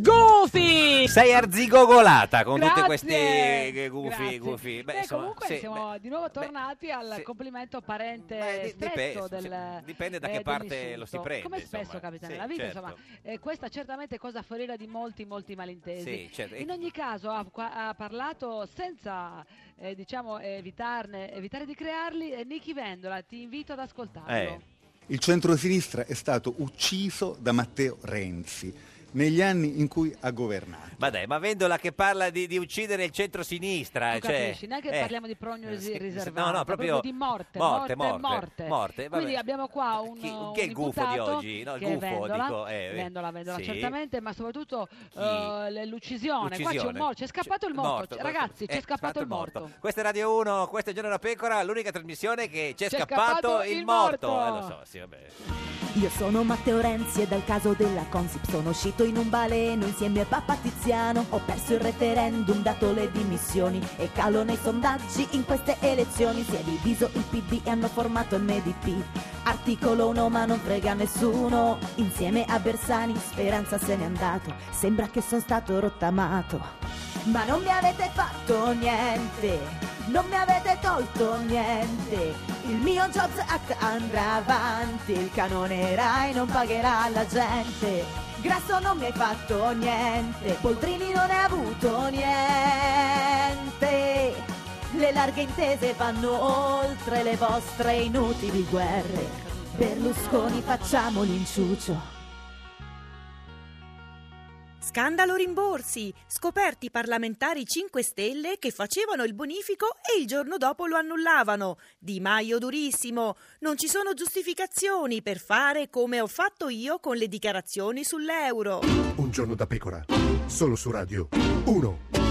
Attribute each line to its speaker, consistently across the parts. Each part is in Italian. Speaker 1: Gufi!
Speaker 2: Sei arzigogolata con tutte
Speaker 1: Grazie.
Speaker 2: queste eh, gufi,
Speaker 1: Grazie.
Speaker 2: gufi.
Speaker 1: Beh, comunque siamo di nuovo tornati al
Speaker 2: sì.
Speaker 1: complimento parente
Speaker 2: Beh, di-
Speaker 1: stretto
Speaker 2: dipende,
Speaker 1: del,
Speaker 2: cioè, dipende da
Speaker 1: eh,
Speaker 2: che parte
Speaker 1: dell'insulto.
Speaker 2: lo si prende,
Speaker 1: come spesso
Speaker 2: insomma.
Speaker 1: capita
Speaker 2: Sì,
Speaker 1: nella vita
Speaker 2: certo.
Speaker 1: insomma eh, questa certamente è cosa foriera di molti molti malintesi
Speaker 2: Sì, certo. E-
Speaker 1: in ogni caso ha, qua- ha parlato senza eh, diciamo eh, evitarne evitare di crearli eh, Nichi Vendola ti invito ad ascoltarlo
Speaker 2: Eh.
Speaker 3: Il centrosinistra è stato ucciso da Matteo Renzi negli anni in cui ha governato.
Speaker 2: Ma dai, ma Vendola che parla di, di uccidere il centro-sinistra.
Speaker 1: Tu
Speaker 2: cioè,
Speaker 1: capisci, neanche
Speaker 2: eh,
Speaker 1: parliamo di prognosi
Speaker 2: sì,
Speaker 1: riservata,
Speaker 2: no, no, proprio
Speaker 1: di morte,
Speaker 2: morte,
Speaker 1: morte, morte.
Speaker 2: morte, morte, vabbè.
Speaker 1: Quindi abbiamo qua un,
Speaker 2: Chi- chi è
Speaker 1: un
Speaker 2: il gufo di
Speaker 1: imputato
Speaker 2: oggi? No, il
Speaker 1: che è
Speaker 2: gufo,
Speaker 1: Vendola,
Speaker 2: dico, eh,
Speaker 1: Vendola, Vendola,
Speaker 2: sì.
Speaker 1: certamente, ma soprattutto eh, le- l'uccisione. Qua c'è un
Speaker 2: L'uccisione.
Speaker 1: morto, c'è scappato il morto.
Speaker 2: morto, morto.
Speaker 1: Ragazzi,
Speaker 2: Eh,
Speaker 1: c'è scappato il morto.
Speaker 2: Questa è Radio 1, questo è Giorno da Pecora, l'unica trasmissione che c'è,
Speaker 1: C'è
Speaker 2: scappato,
Speaker 1: scappato
Speaker 2: il
Speaker 1: il
Speaker 2: morto.
Speaker 1: morto.
Speaker 2: Eh, lo so, sì, vabbè.
Speaker 4: Io sono Matteo Renzi e dal caso della Consip sono uscito in un baleno insieme a Papa Tiziano. Ho perso il referendum, dato le dimissioni e calo nei sondaggi in queste elezioni. Si è diviso il PD e hanno formato il MDP. Articolo 1 ma non frega nessuno. Insieme a Bersani, Speranza se n'è andato. Sembra che sono stato rottamato. Ma non mi avete fatto niente, non mi avete tolto niente. Il mio Jobs Act andrà avanti, il canone Rai non pagherà la gente. Grasso non mi hai fatto niente, Poltrini non hai avuto niente. Le larghe intese vanno oltre le vostre inutili guerre. Berlusconi facciamo l'inciuccio.
Speaker 5: Scandalo rimborsi! Scoperti parlamentari 5 Stelle che facevano il bonifico e il giorno dopo lo annullavano. Di Maio durissimo. Non ci sono giustificazioni per fare come ho fatto io con le dichiarazioni sull'euro.
Speaker 6: Un giorno da pecora, solo su Radio 1.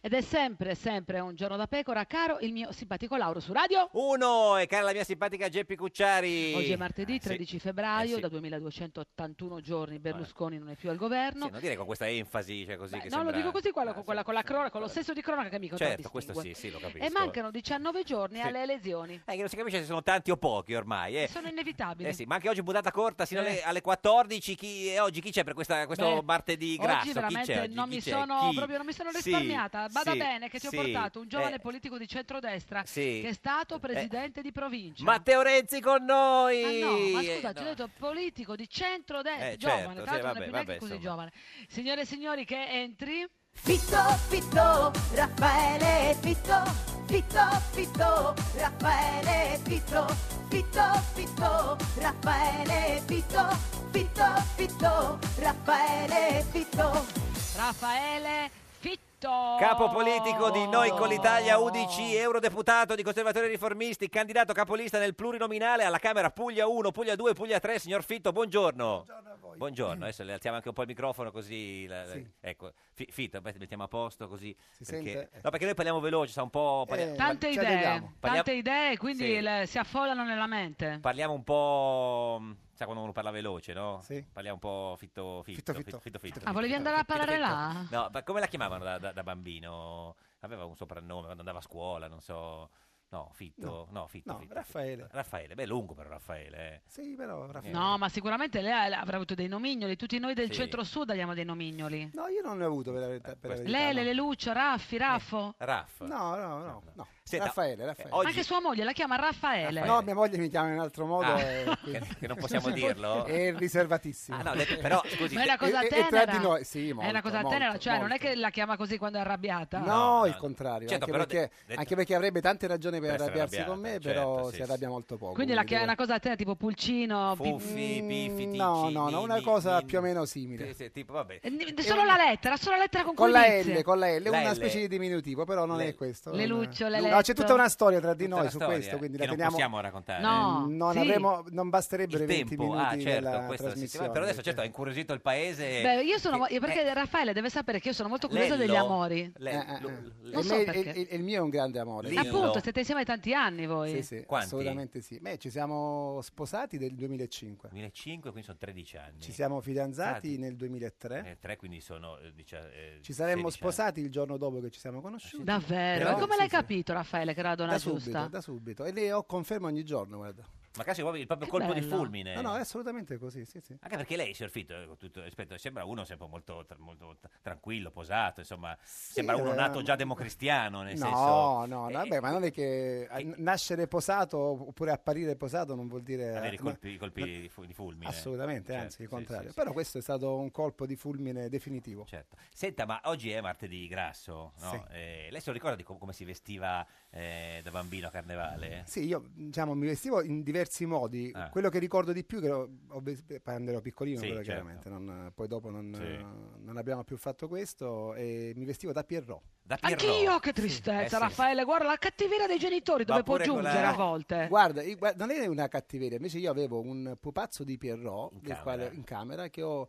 Speaker 1: Ed è sempre, sempre un giorno da pecora, caro il mio simpatico Lauro su radio.
Speaker 2: Uno, e cara la mia simpatica Geppi Cucciari.
Speaker 1: Oggi è martedì
Speaker 2: Eh, sì.
Speaker 1: 13 febbraio,
Speaker 2: Eh, sì.
Speaker 1: da 2281 giorni Berlusconi non è più al governo.
Speaker 2: Sì, non dire con questa enfasi, cioè così che
Speaker 1: no, lo
Speaker 2: sembra- eh,
Speaker 1: dico così, quello, con quella- con la cronaca, con lo senso di cronaca che mi
Speaker 2: Certo, questo
Speaker 1: contraddistingue.
Speaker 2: sì, sì, lo capisco.
Speaker 1: E mancano 19 giorni
Speaker 2: Sì.
Speaker 1: alle elezioni.
Speaker 2: Eh, che non si capisce se sono tanti o pochi ormai. Eh.
Speaker 1: Sono inevitabili.
Speaker 2: Eh sì, ma anche oggi puntata corta sino alle,
Speaker 1: Eh.
Speaker 2: alle 14. Chi, e oggi chi c'è per questa- questo
Speaker 1: Beh,
Speaker 2: martedì
Speaker 1: oggi
Speaker 2: grasso? chi
Speaker 1: veramente
Speaker 2: c'è oggi?
Speaker 1: non
Speaker 2: Chi
Speaker 1: mi
Speaker 2: c'è?
Speaker 1: sono
Speaker 2: Chi?
Speaker 1: proprio non mi sono
Speaker 2: Sì,
Speaker 1: risparmiata. Vada
Speaker 2: sì,
Speaker 1: bene che ci
Speaker 2: sì,
Speaker 1: ho portato un giovane
Speaker 2: eh,
Speaker 1: politico di centrodestra
Speaker 2: sì. Eh.
Speaker 1: che è stato presidente di provincia.
Speaker 2: Matteo Renzi con noi!
Speaker 1: Ah no, ma
Speaker 2: Eh,
Speaker 1: scusa, ti ho
Speaker 2: no.
Speaker 1: detto politico di centrodestra,
Speaker 2: Eh,
Speaker 1: giovane,
Speaker 2: certo,
Speaker 1: tra l'altro
Speaker 2: sì,
Speaker 1: non è
Speaker 2: vabbè,
Speaker 1: più neanche
Speaker 2: vabbè,
Speaker 1: così
Speaker 2: insomma.
Speaker 1: giovane. Signore e signori che entri
Speaker 4: Fitto, fitto, Raffaele, fitto, fitto, fitto, Raffaele, fitto, fitto, fitto, Raffaele, fitto, fitto, fitto, Raffaele, fitto.
Speaker 1: Raffaele Fitto.
Speaker 2: Capo politico di Noi con l'Italia UDC, eurodeputato di Conservatori Riformisti, candidato capolista nel plurinominale alla Camera Puglia 1, Puglia 2, Puglia 3. Signor Fitto, buongiorno. Buongiorno a voi. Buongiorno, adesso le alziamo anche un po' il microfono così. la- la-
Speaker 7: Sì.
Speaker 2: Ecco, Fi- Fitto, beh, mettiamo a posto così. perché,
Speaker 7: sente?
Speaker 2: No, perché noi parliamo veloce, sa un po'. parliamo-
Speaker 1: Tante
Speaker 2: ci
Speaker 1: idee,
Speaker 2: arriviamo. Parliamo-
Speaker 1: tante idee, quindi
Speaker 2: Sì.
Speaker 1: il- si affollano nella mente.
Speaker 2: Parliamo un po'. mh, Sa quando uno parla veloce, no?
Speaker 1: Sì.
Speaker 2: Parliamo un po' fitto fitto. Fitto fitto.
Speaker 1: Ah, volevi andare a parlare là?
Speaker 2: No, ma come la chiamavano da, da- da bambino? Aveva un soprannome quando andava a scuola, non so. No, fitto. No, fitto.
Speaker 7: No,
Speaker 2: fitto,
Speaker 7: Raffaele.
Speaker 2: Fitto. Raffaele, beh, lungo però Raffaele. eh.
Speaker 7: Sì, però Raffaele.
Speaker 1: No, ma sicuramente lei ha- avrà avuto dei nomignoli, tutti noi del
Speaker 2: Sì.
Speaker 1: centro-sud abbiamo dei nomignoli.
Speaker 7: No, io non ne ho avuto per la verità. Per la verità,
Speaker 1: Lele, Leluccio, Raffi, Raffo.
Speaker 2: Raff.
Speaker 7: No, no, no. no.
Speaker 2: Senta,
Speaker 7: Raffaele, Raffaele.
Speaker 2: eh, oggi-
Speaker 1: Anche sua moglie la chiama Raffaele.
Speaker 7: No, mia moglie mi chiama in un altro modo.
Speaker 2: Ah,
Speaker 7: e
Speaker 2: che,
Speaker 7: quindi-
Speaker 2: che non possiamo dirlo.
Speaker 7: eh, È riservatissimo.
Speaker 2: Ah, no, le- però, scusi,
Speaker 1: Ma è una cosa
Speaker 7: E- e- e
Speaker 1: tenera.
Speaker 7: tra di noi- sì,
Speaker 1: è una
Speaker 7: molto,
Speaker 1: cosa
Speaker 7: molto,
Speaker 1: tenera, cioè non è
Speaker 7: molto.
Speaker 1: che la chiama così quando è arrabbiata.
Speaker 7: No, il contrario.
Speaker 2: Certo,
Speaker 7: anche,
Speaker 2: però
Speaker 7: perché,
Speaker 2: de- detto-
Speaker 7: anche perché avrebbe tante ragioni ragione per,
Speaker 2: Per essere
Speaker 7: arrabbiarsi con
Speaker 2: arrabbiata,
Speaker 7: me,
Speaker 2: certo,
Speaker 7: però
Speaker 2: sì,
Speaker 7: si arrabbia molto poco.
Speaker 1: Quindi la,
Speaker 7: quindi
Speaker 1: è una cosa a te tipo pulcino, pi-
Speaker 2: Fuffi, piffi,
Speaker 7: Eh, mm, no,
Speaker 2: tici,
Speaker 7: no, no,
Speaker 2: ni,
Speaker 7: una
Speaker 2: ni,
Speaker 7: cosa
Speaker 2: ni,
Speaker 7: più o meno
Speaker 2: Sì,
Speaker 7: simile.
Speaker 2: sì, tipo, vabbè.
Speaker 1: Eh, n- solo la lettera, solo la lettera con,
Speaker 7: Con
Speaker 1: cui
Speaker 7: la
Speaker 1: inizia.
Speaker 7: L, con la L,
Speaker 2: La
Speaker 7: una
Speaker 2: L.
Speaker 7: specie di diminutivo, però non
Speaker 2: Le-
Speaker 7: è questo.
Speaker 1: Le
Speaker 7: è una-
Speaker 1: Lucio, le
Speaker 7: No,
Speaker 1: Letto.
Speaker 7: c'è tutta una storia tra di
Speaker 2: Tutta
Speaker 7: noi
Speaker 2: la
Speaker 7: su
Speaker 2: storia,
Speaker 7: questo, quindi
Speaker 2: che
Speaker 7: la
Speaker 2: non
Speaker 7: teniamo.
Speaker 2: possiamo raccontare.
Speaker 1: No.
Speaker 7: non,
Speaker 1: sì.
Speaker 7: avremo, non
Speaker 2: Il
Speaker 7: basterebbero i 20
Speaker 2: tempo,
Speaker 7: minuti
Speaker 2: ah certo,
Speaker 7: della
Speaker 2: questo sì,
Speaker 7: trasmissione.
Speaker 2: però adesso certo ha
Speaker 7: cioè.
Speaker 2: incuriosito il paese.
Speaker 1: Beh, io sono mo-
Speaker 2: Eh,
Speaker 1: perché
Speaker 2: eh,
Speaker 1: Raffaele deve sapere che io sono molto curiosa
Speaker 2: Lello-
Speaker 1: degli amori.
Speaker 2: Le-
Speaker 7: Eh, eh,
Speaker 2: lo-
Speaker 7: eh.
Speaker 2: le-
Speaker 1: Non
Speaker 7: E
Speaker 1: so
Speaker 7: lei-
Speaker 1: perché.
Speaker 7: e- e- il mio è un grande amore.
Speaker 2: Lì- Dillo.
Speaker 1: Appunto, siete insieme da tanti anni voi.
Speaker 7: Sì, sì,
Speaker 2: Quanti?
Speaker 7: assolutamente sì. Beh, ci siamo sposati nel 2005.
Speaker 2: 2005, quindi sono 13 anni.
Speaker 7: Ci siamo fidanzati
Speaker 2: Fidanzati.
Speaker 7: nel 2003.
Speaker 2: 3, quindi sono eh, dicia- eh,
Speaker 7: Ci
Speaker 2: 16 anni.
Speaker 7: saremmo
Speaker 2: Ah,
Speaker 7: sposati il giorno dopo che ci siamo conosciuti.
Speaker 1: Davvero?
Speaker 2: Però-
Speaker 1: e come
Speaker 7: sì,
Speaker 1: l'hai
Speaker 7: sì.
Speaker 1: capito, Raffaele, che era la donna
Speaker 7: Da
Speaker 1: giusta?
Speaker 7: subito, da subito. E le ho conferma ogni giorno, guarda.
Speaker 2: Ma cazzo, proprio- il proprio
Speaker 1: Che
Speaker 2: colpo di
Speaker 1: bello.
Speaker 2: fulmine.
Speaker 7: No, no, è assolutamente così, sì, sì.
Speaker 2: Anche perché lei, signor Fitto, eh, con tutto rispetto, sembra uno sempre molto, tra- molto tra- tranquillo, posato, insomma, sembra uno
Speaker 7: eh,
Speaker 2: nato
Speaker 7: ma-
Speaker 2: già democristiano, nel
Speaker 7: no,
Speaker 2: senso...
Speaker 7: No, no,
Speaker 2: eh,
Speaker 7: vabbè, ma non è che eh,
Speaker 2: che-
Speaker 7: nascere posato oppure apparire posato non vuol dire...
Speaker 2: Avere i
Speaker 7: eh, ma-
Speaker 2: colpi, i colpi di fu- di fulmine.
Speaker 7: Assolutamente,
Speaker 2: Certo,
Speaker 7: anzi, il
Speaker 2: sì,
Speaker 7: contrario.
Speaker 2: sì, sì.
Speaker 7: Però questo è stato un colpo di fulmine definitivo.
Speaker 2: Certo. Senta, ma oggi è martedì grasso, no?
Speaker 7: Sì.
Speaker 2: Eh, lei se lo ricorda di com- come si vestiva eh, da bambino a carnevale?
Speaker 7: Sì, io diciamo, mi vestivo in diversi modi.
Speaker 2: Ah.
Speaker 7: Quello che ricordo di più, che ho, ho ves- quando ero piccolino,
Speaker 2: Sì,
Speaker 7: però
Speaker 2: certo.
Speaker 7: chiaramente, non- poi dopo non,
Speaker 2: Sì.
Speaker 7: eh, non abbiamo più fatto questo, e mi vestivo da Pierrot.
Speaker 2: Da Pierrot.
Speaker 1: Anch'io, che
Speaker 2: Eh, sì.
Speaker 1: tristezza, Raffaele. Guarda la cattiveria dei genitori
Speaker 2: Ma
Speaker 1: dove può
Speaker 2: pure con
Speaker 1: giungere
Speaker 2: la-
Speaker 1: a volte.
Speaker 7: Guarda, i- guarda, non è una cattiveria, invece io avevo un pupazzo di Pierrot
Speaker 2: In
Speaker 7: del
Speaker 2: camera.
Speaker 7: quale- in camera che ho,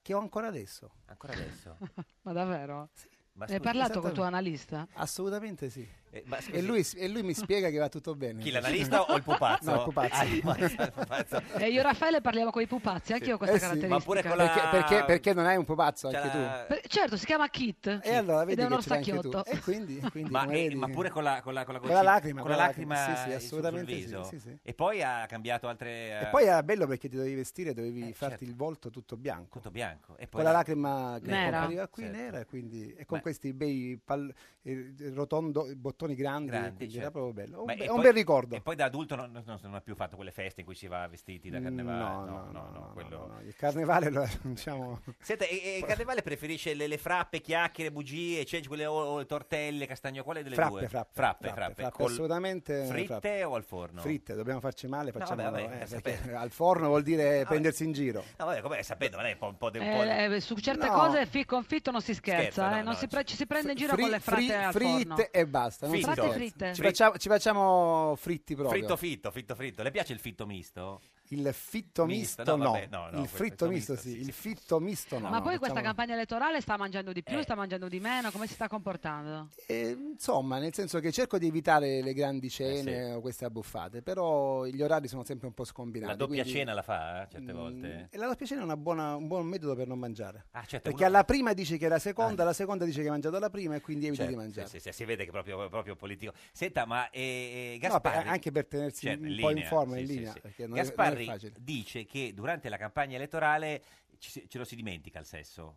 Speaker 7: che ho ancora adesso.
Speaker 2: Ancora adesso?
Speaker 1: Ma davvero?
Speaker 2: Ma
Speaker 1: ne hai
Speaker 2: scusi,
Speaker 1: parlato con il tuo
Speaker 7: esattamente.
Speaker 1: analista?
Speaker 7: Assolutamente sì.
Speaker 2: eh, ma scusi,
Speaker 7: E lui, e lui mi spiega che va tutto bene.
Speaker 2: Chi, l'analista o il pupazzo?
Speaker 7: No, il pupazzo.
Speaker 2: Ah, il pupazzo, il pupazzo.
Speaker 1: E Eh, io e Raffaele parliamo con i pupazzi, anche io ho questa
Speaker 7: Eh sì,
Speaker 1: caratteristica.
Speaker 2: ma pure con la...
Speaker 7: Perché, perché- perché non hai un pupazzo
Speaker 2: c'è
Speaker 7: anche tu?
Speaker 2: la-
Speaker 1: Per- Certo, si chiama Kit.
Speaker 7: E allora
Speaker 1: Ed
Speaker 7: vedi
Speaker 1: è un
Speaker 7: che ce l'hai anche tu.
Speaker 1: orsacchiotto.
Speaker 7: E quindi, quindi
Speaker 2: Ma,
Speaker 7: come
Speaker 2: eh,
Speaker 7: vedi-
Speaker 2: ma pure con la, con la, con la,
Speaker 7: Con la
Speaker 2: goccina-
Speaker 7: lacrima,
Speaker 2: con la lacrima
Speaker 7: sì, sì,
Speaker 2: sul-
Speaker 7: assolutamente
Speaker 2: sul
Speaker 7: sì,
Speaker 2: viso.
Speaker 7: sì, sì.
Speaker 2: E poi ha cambiato altre... eh,
Speaker 7: E poi era bello perché ti dovevi vestire, dovevi
Speaker 2: Eh,
Speaker 7: farti
Speaker 2: certo.
Speaker 7: il volto tutto bianco.
Speaker 2: Tutto eh, bianco. E poi
Speaker 7: con la lacrima che
Speaker 1: Nera.
Speaker 7: compariva qui
Speaker 2: Certo.
Speaker 7: nera e quindi, e con
Speaker 2: Beh.
Speaker 7: questi bei pal- eh, rotondo, bottoni grandi,
Speaker 2: Grandi,
Speaker 7: quindi
Speaker 2: certo.
Speaker 7: era proprio bello. Un,
Speaker 2: Beh,
Speaker 7: be-
Speaker 2: e
Speaker 7: un
Speaker 2: poi-
Speaker 7: bel ricordo.
Speaker 2: E poi da adulto non, non- non ha più fatto quelle feste in cui si va vestiti da carnevale.
Speaker 7: Mm,
Speaker 2: no,
Speaker 7: No, no, no, no,
Speaker 2: quello-
Speaker 7: no, no. Il carnevale lo diciamo...
Speaker 2: Senta, e, e il carnevale preferisce le, le frappe, chiacchiere, bugie, cenci, quelle o, o le tortelle, castagno, quale delle
Speaker 7: Frappe,
Speaker 2: due?
Speaker 7: frappe,
Speaker 2: frappe,
Speaker 7: frappe,
Speaker 2: frappe.
Speaker 7: frappe,
Speaker 2: Col-
Speaker 7: assolutamente
Speaker 2: fritte
Speaker 7: frappe.
Speaker 2: o al forno?
Speaker 7: Fritte, dobbiamo farci male,
Speaker 2: No,
Speaker 7: facciamo eh,
Speaker 2: vabbè, vabbè, sapete.
Speaker 7: al forno vuol dire
Speaker 2: Vabbè.
Speaker 7: prendersi in giro.
Speaker 2: No, vabbè, come sapendo, lei è un po', un po' de- un po' de-
Speaker 1: Eh, eh, su certe
Speaker 7: No.
Speaker 1: cose fi- con Fitto non si scherza,
Speaker 2: Scherza, no,
Speaker 1: eh, non
Speaker 2: no,
Speaker 1: si pre-
Speaker 2: ci-
Speaker 1: ci si prende in giro
Speaker 7: Fri-
Speaker 1: con le frate
Speaker 7: fri-
Speaker 1: al
Speaker 7: fritte
Speaker 1: forno.
Speaker 7: e basta. non si
Speaker 2: Fritto.
Speaker 7: scherza.
Speaker 1: Frate fritte.
Speaker 7: Ci, facciamo, ci facciamo fritti proprio.
Speaker 2: Fritto fitto, fitto fritto. Le piace il fitto misto?
Speaker 7: Il fitto
Speaker 2: Misto,
Speaker 7: misto,
Speaker 2: no,
Speaker 7: no,
Speaker 2: vabbè, no, no,
Speaker 7: il
Speaker 2: questo
Speaker 7: fritto
Speaker 2: misto,
Speaker 7: misto,
Speaker 2: sì,
Speaker 7: sì,
Speaker 2: sì,
Speaker 7: il
Speaker 2: sì.
Speaker 7: fitto misto no.
Speaker 1: Ma
Speaker 7: no,
Speaker 1: poi questa
Speaker 7: facciamo-
Speaker 1: campagna elettorale sta mangiando di più,
Speaker 2: Eh.
Speaker 1: sta mangiando di meno, come si sta comportando?
Speaker 7: Eh, insomma, nel senso che cerco di evitare le grandi cene
Speaker 2: Eh, sì.
Speaker 7: o queste abbuffate, però gli orari sono sempre un po' scombinati.
Speaker 2: La doppia
Speaker 7: quindi-
Speaker 2: cena la fa eh, certe
Speaker 7: Mm,
Speaker 2: volte?
Speaker 7: E la doppia cena è una buona- un buon metodo per non mangiare.
Speaker 2: Ah, certo, uno-
Speaker 7: Perché alla prima dici che è la seconda,
Speaker 2: Ah.
Speaker 7: la seconda dice che hai mangiato la prima e quindi eviti
Speaker 2: Certo,
Speaker 7: di mangiare.
Speaker 2: sì, sì, sì, si vede che è proprio, proprio politico. Senta, ma eh, eh,
Speaker 7: No, per-
Speaker 2: Gasparri...
Speaker 7: anche per tenersi
Speaker 2: Certo,
Speaker 7: un po' in
Speaker 2: linea,
Speaker 7: forma,
Speaker 2: sì,
Speaker 7: in
Speaker 2: sì,
Speaker 7: linea,
Speaker 2: sì.
Speaker 7: perché non è- non è
Speaker 2: Gasparri
Speaker 7: facile.
Speaker 2: dice che durante la campagna elettorale ci si- ce lo si dimentica il sesso.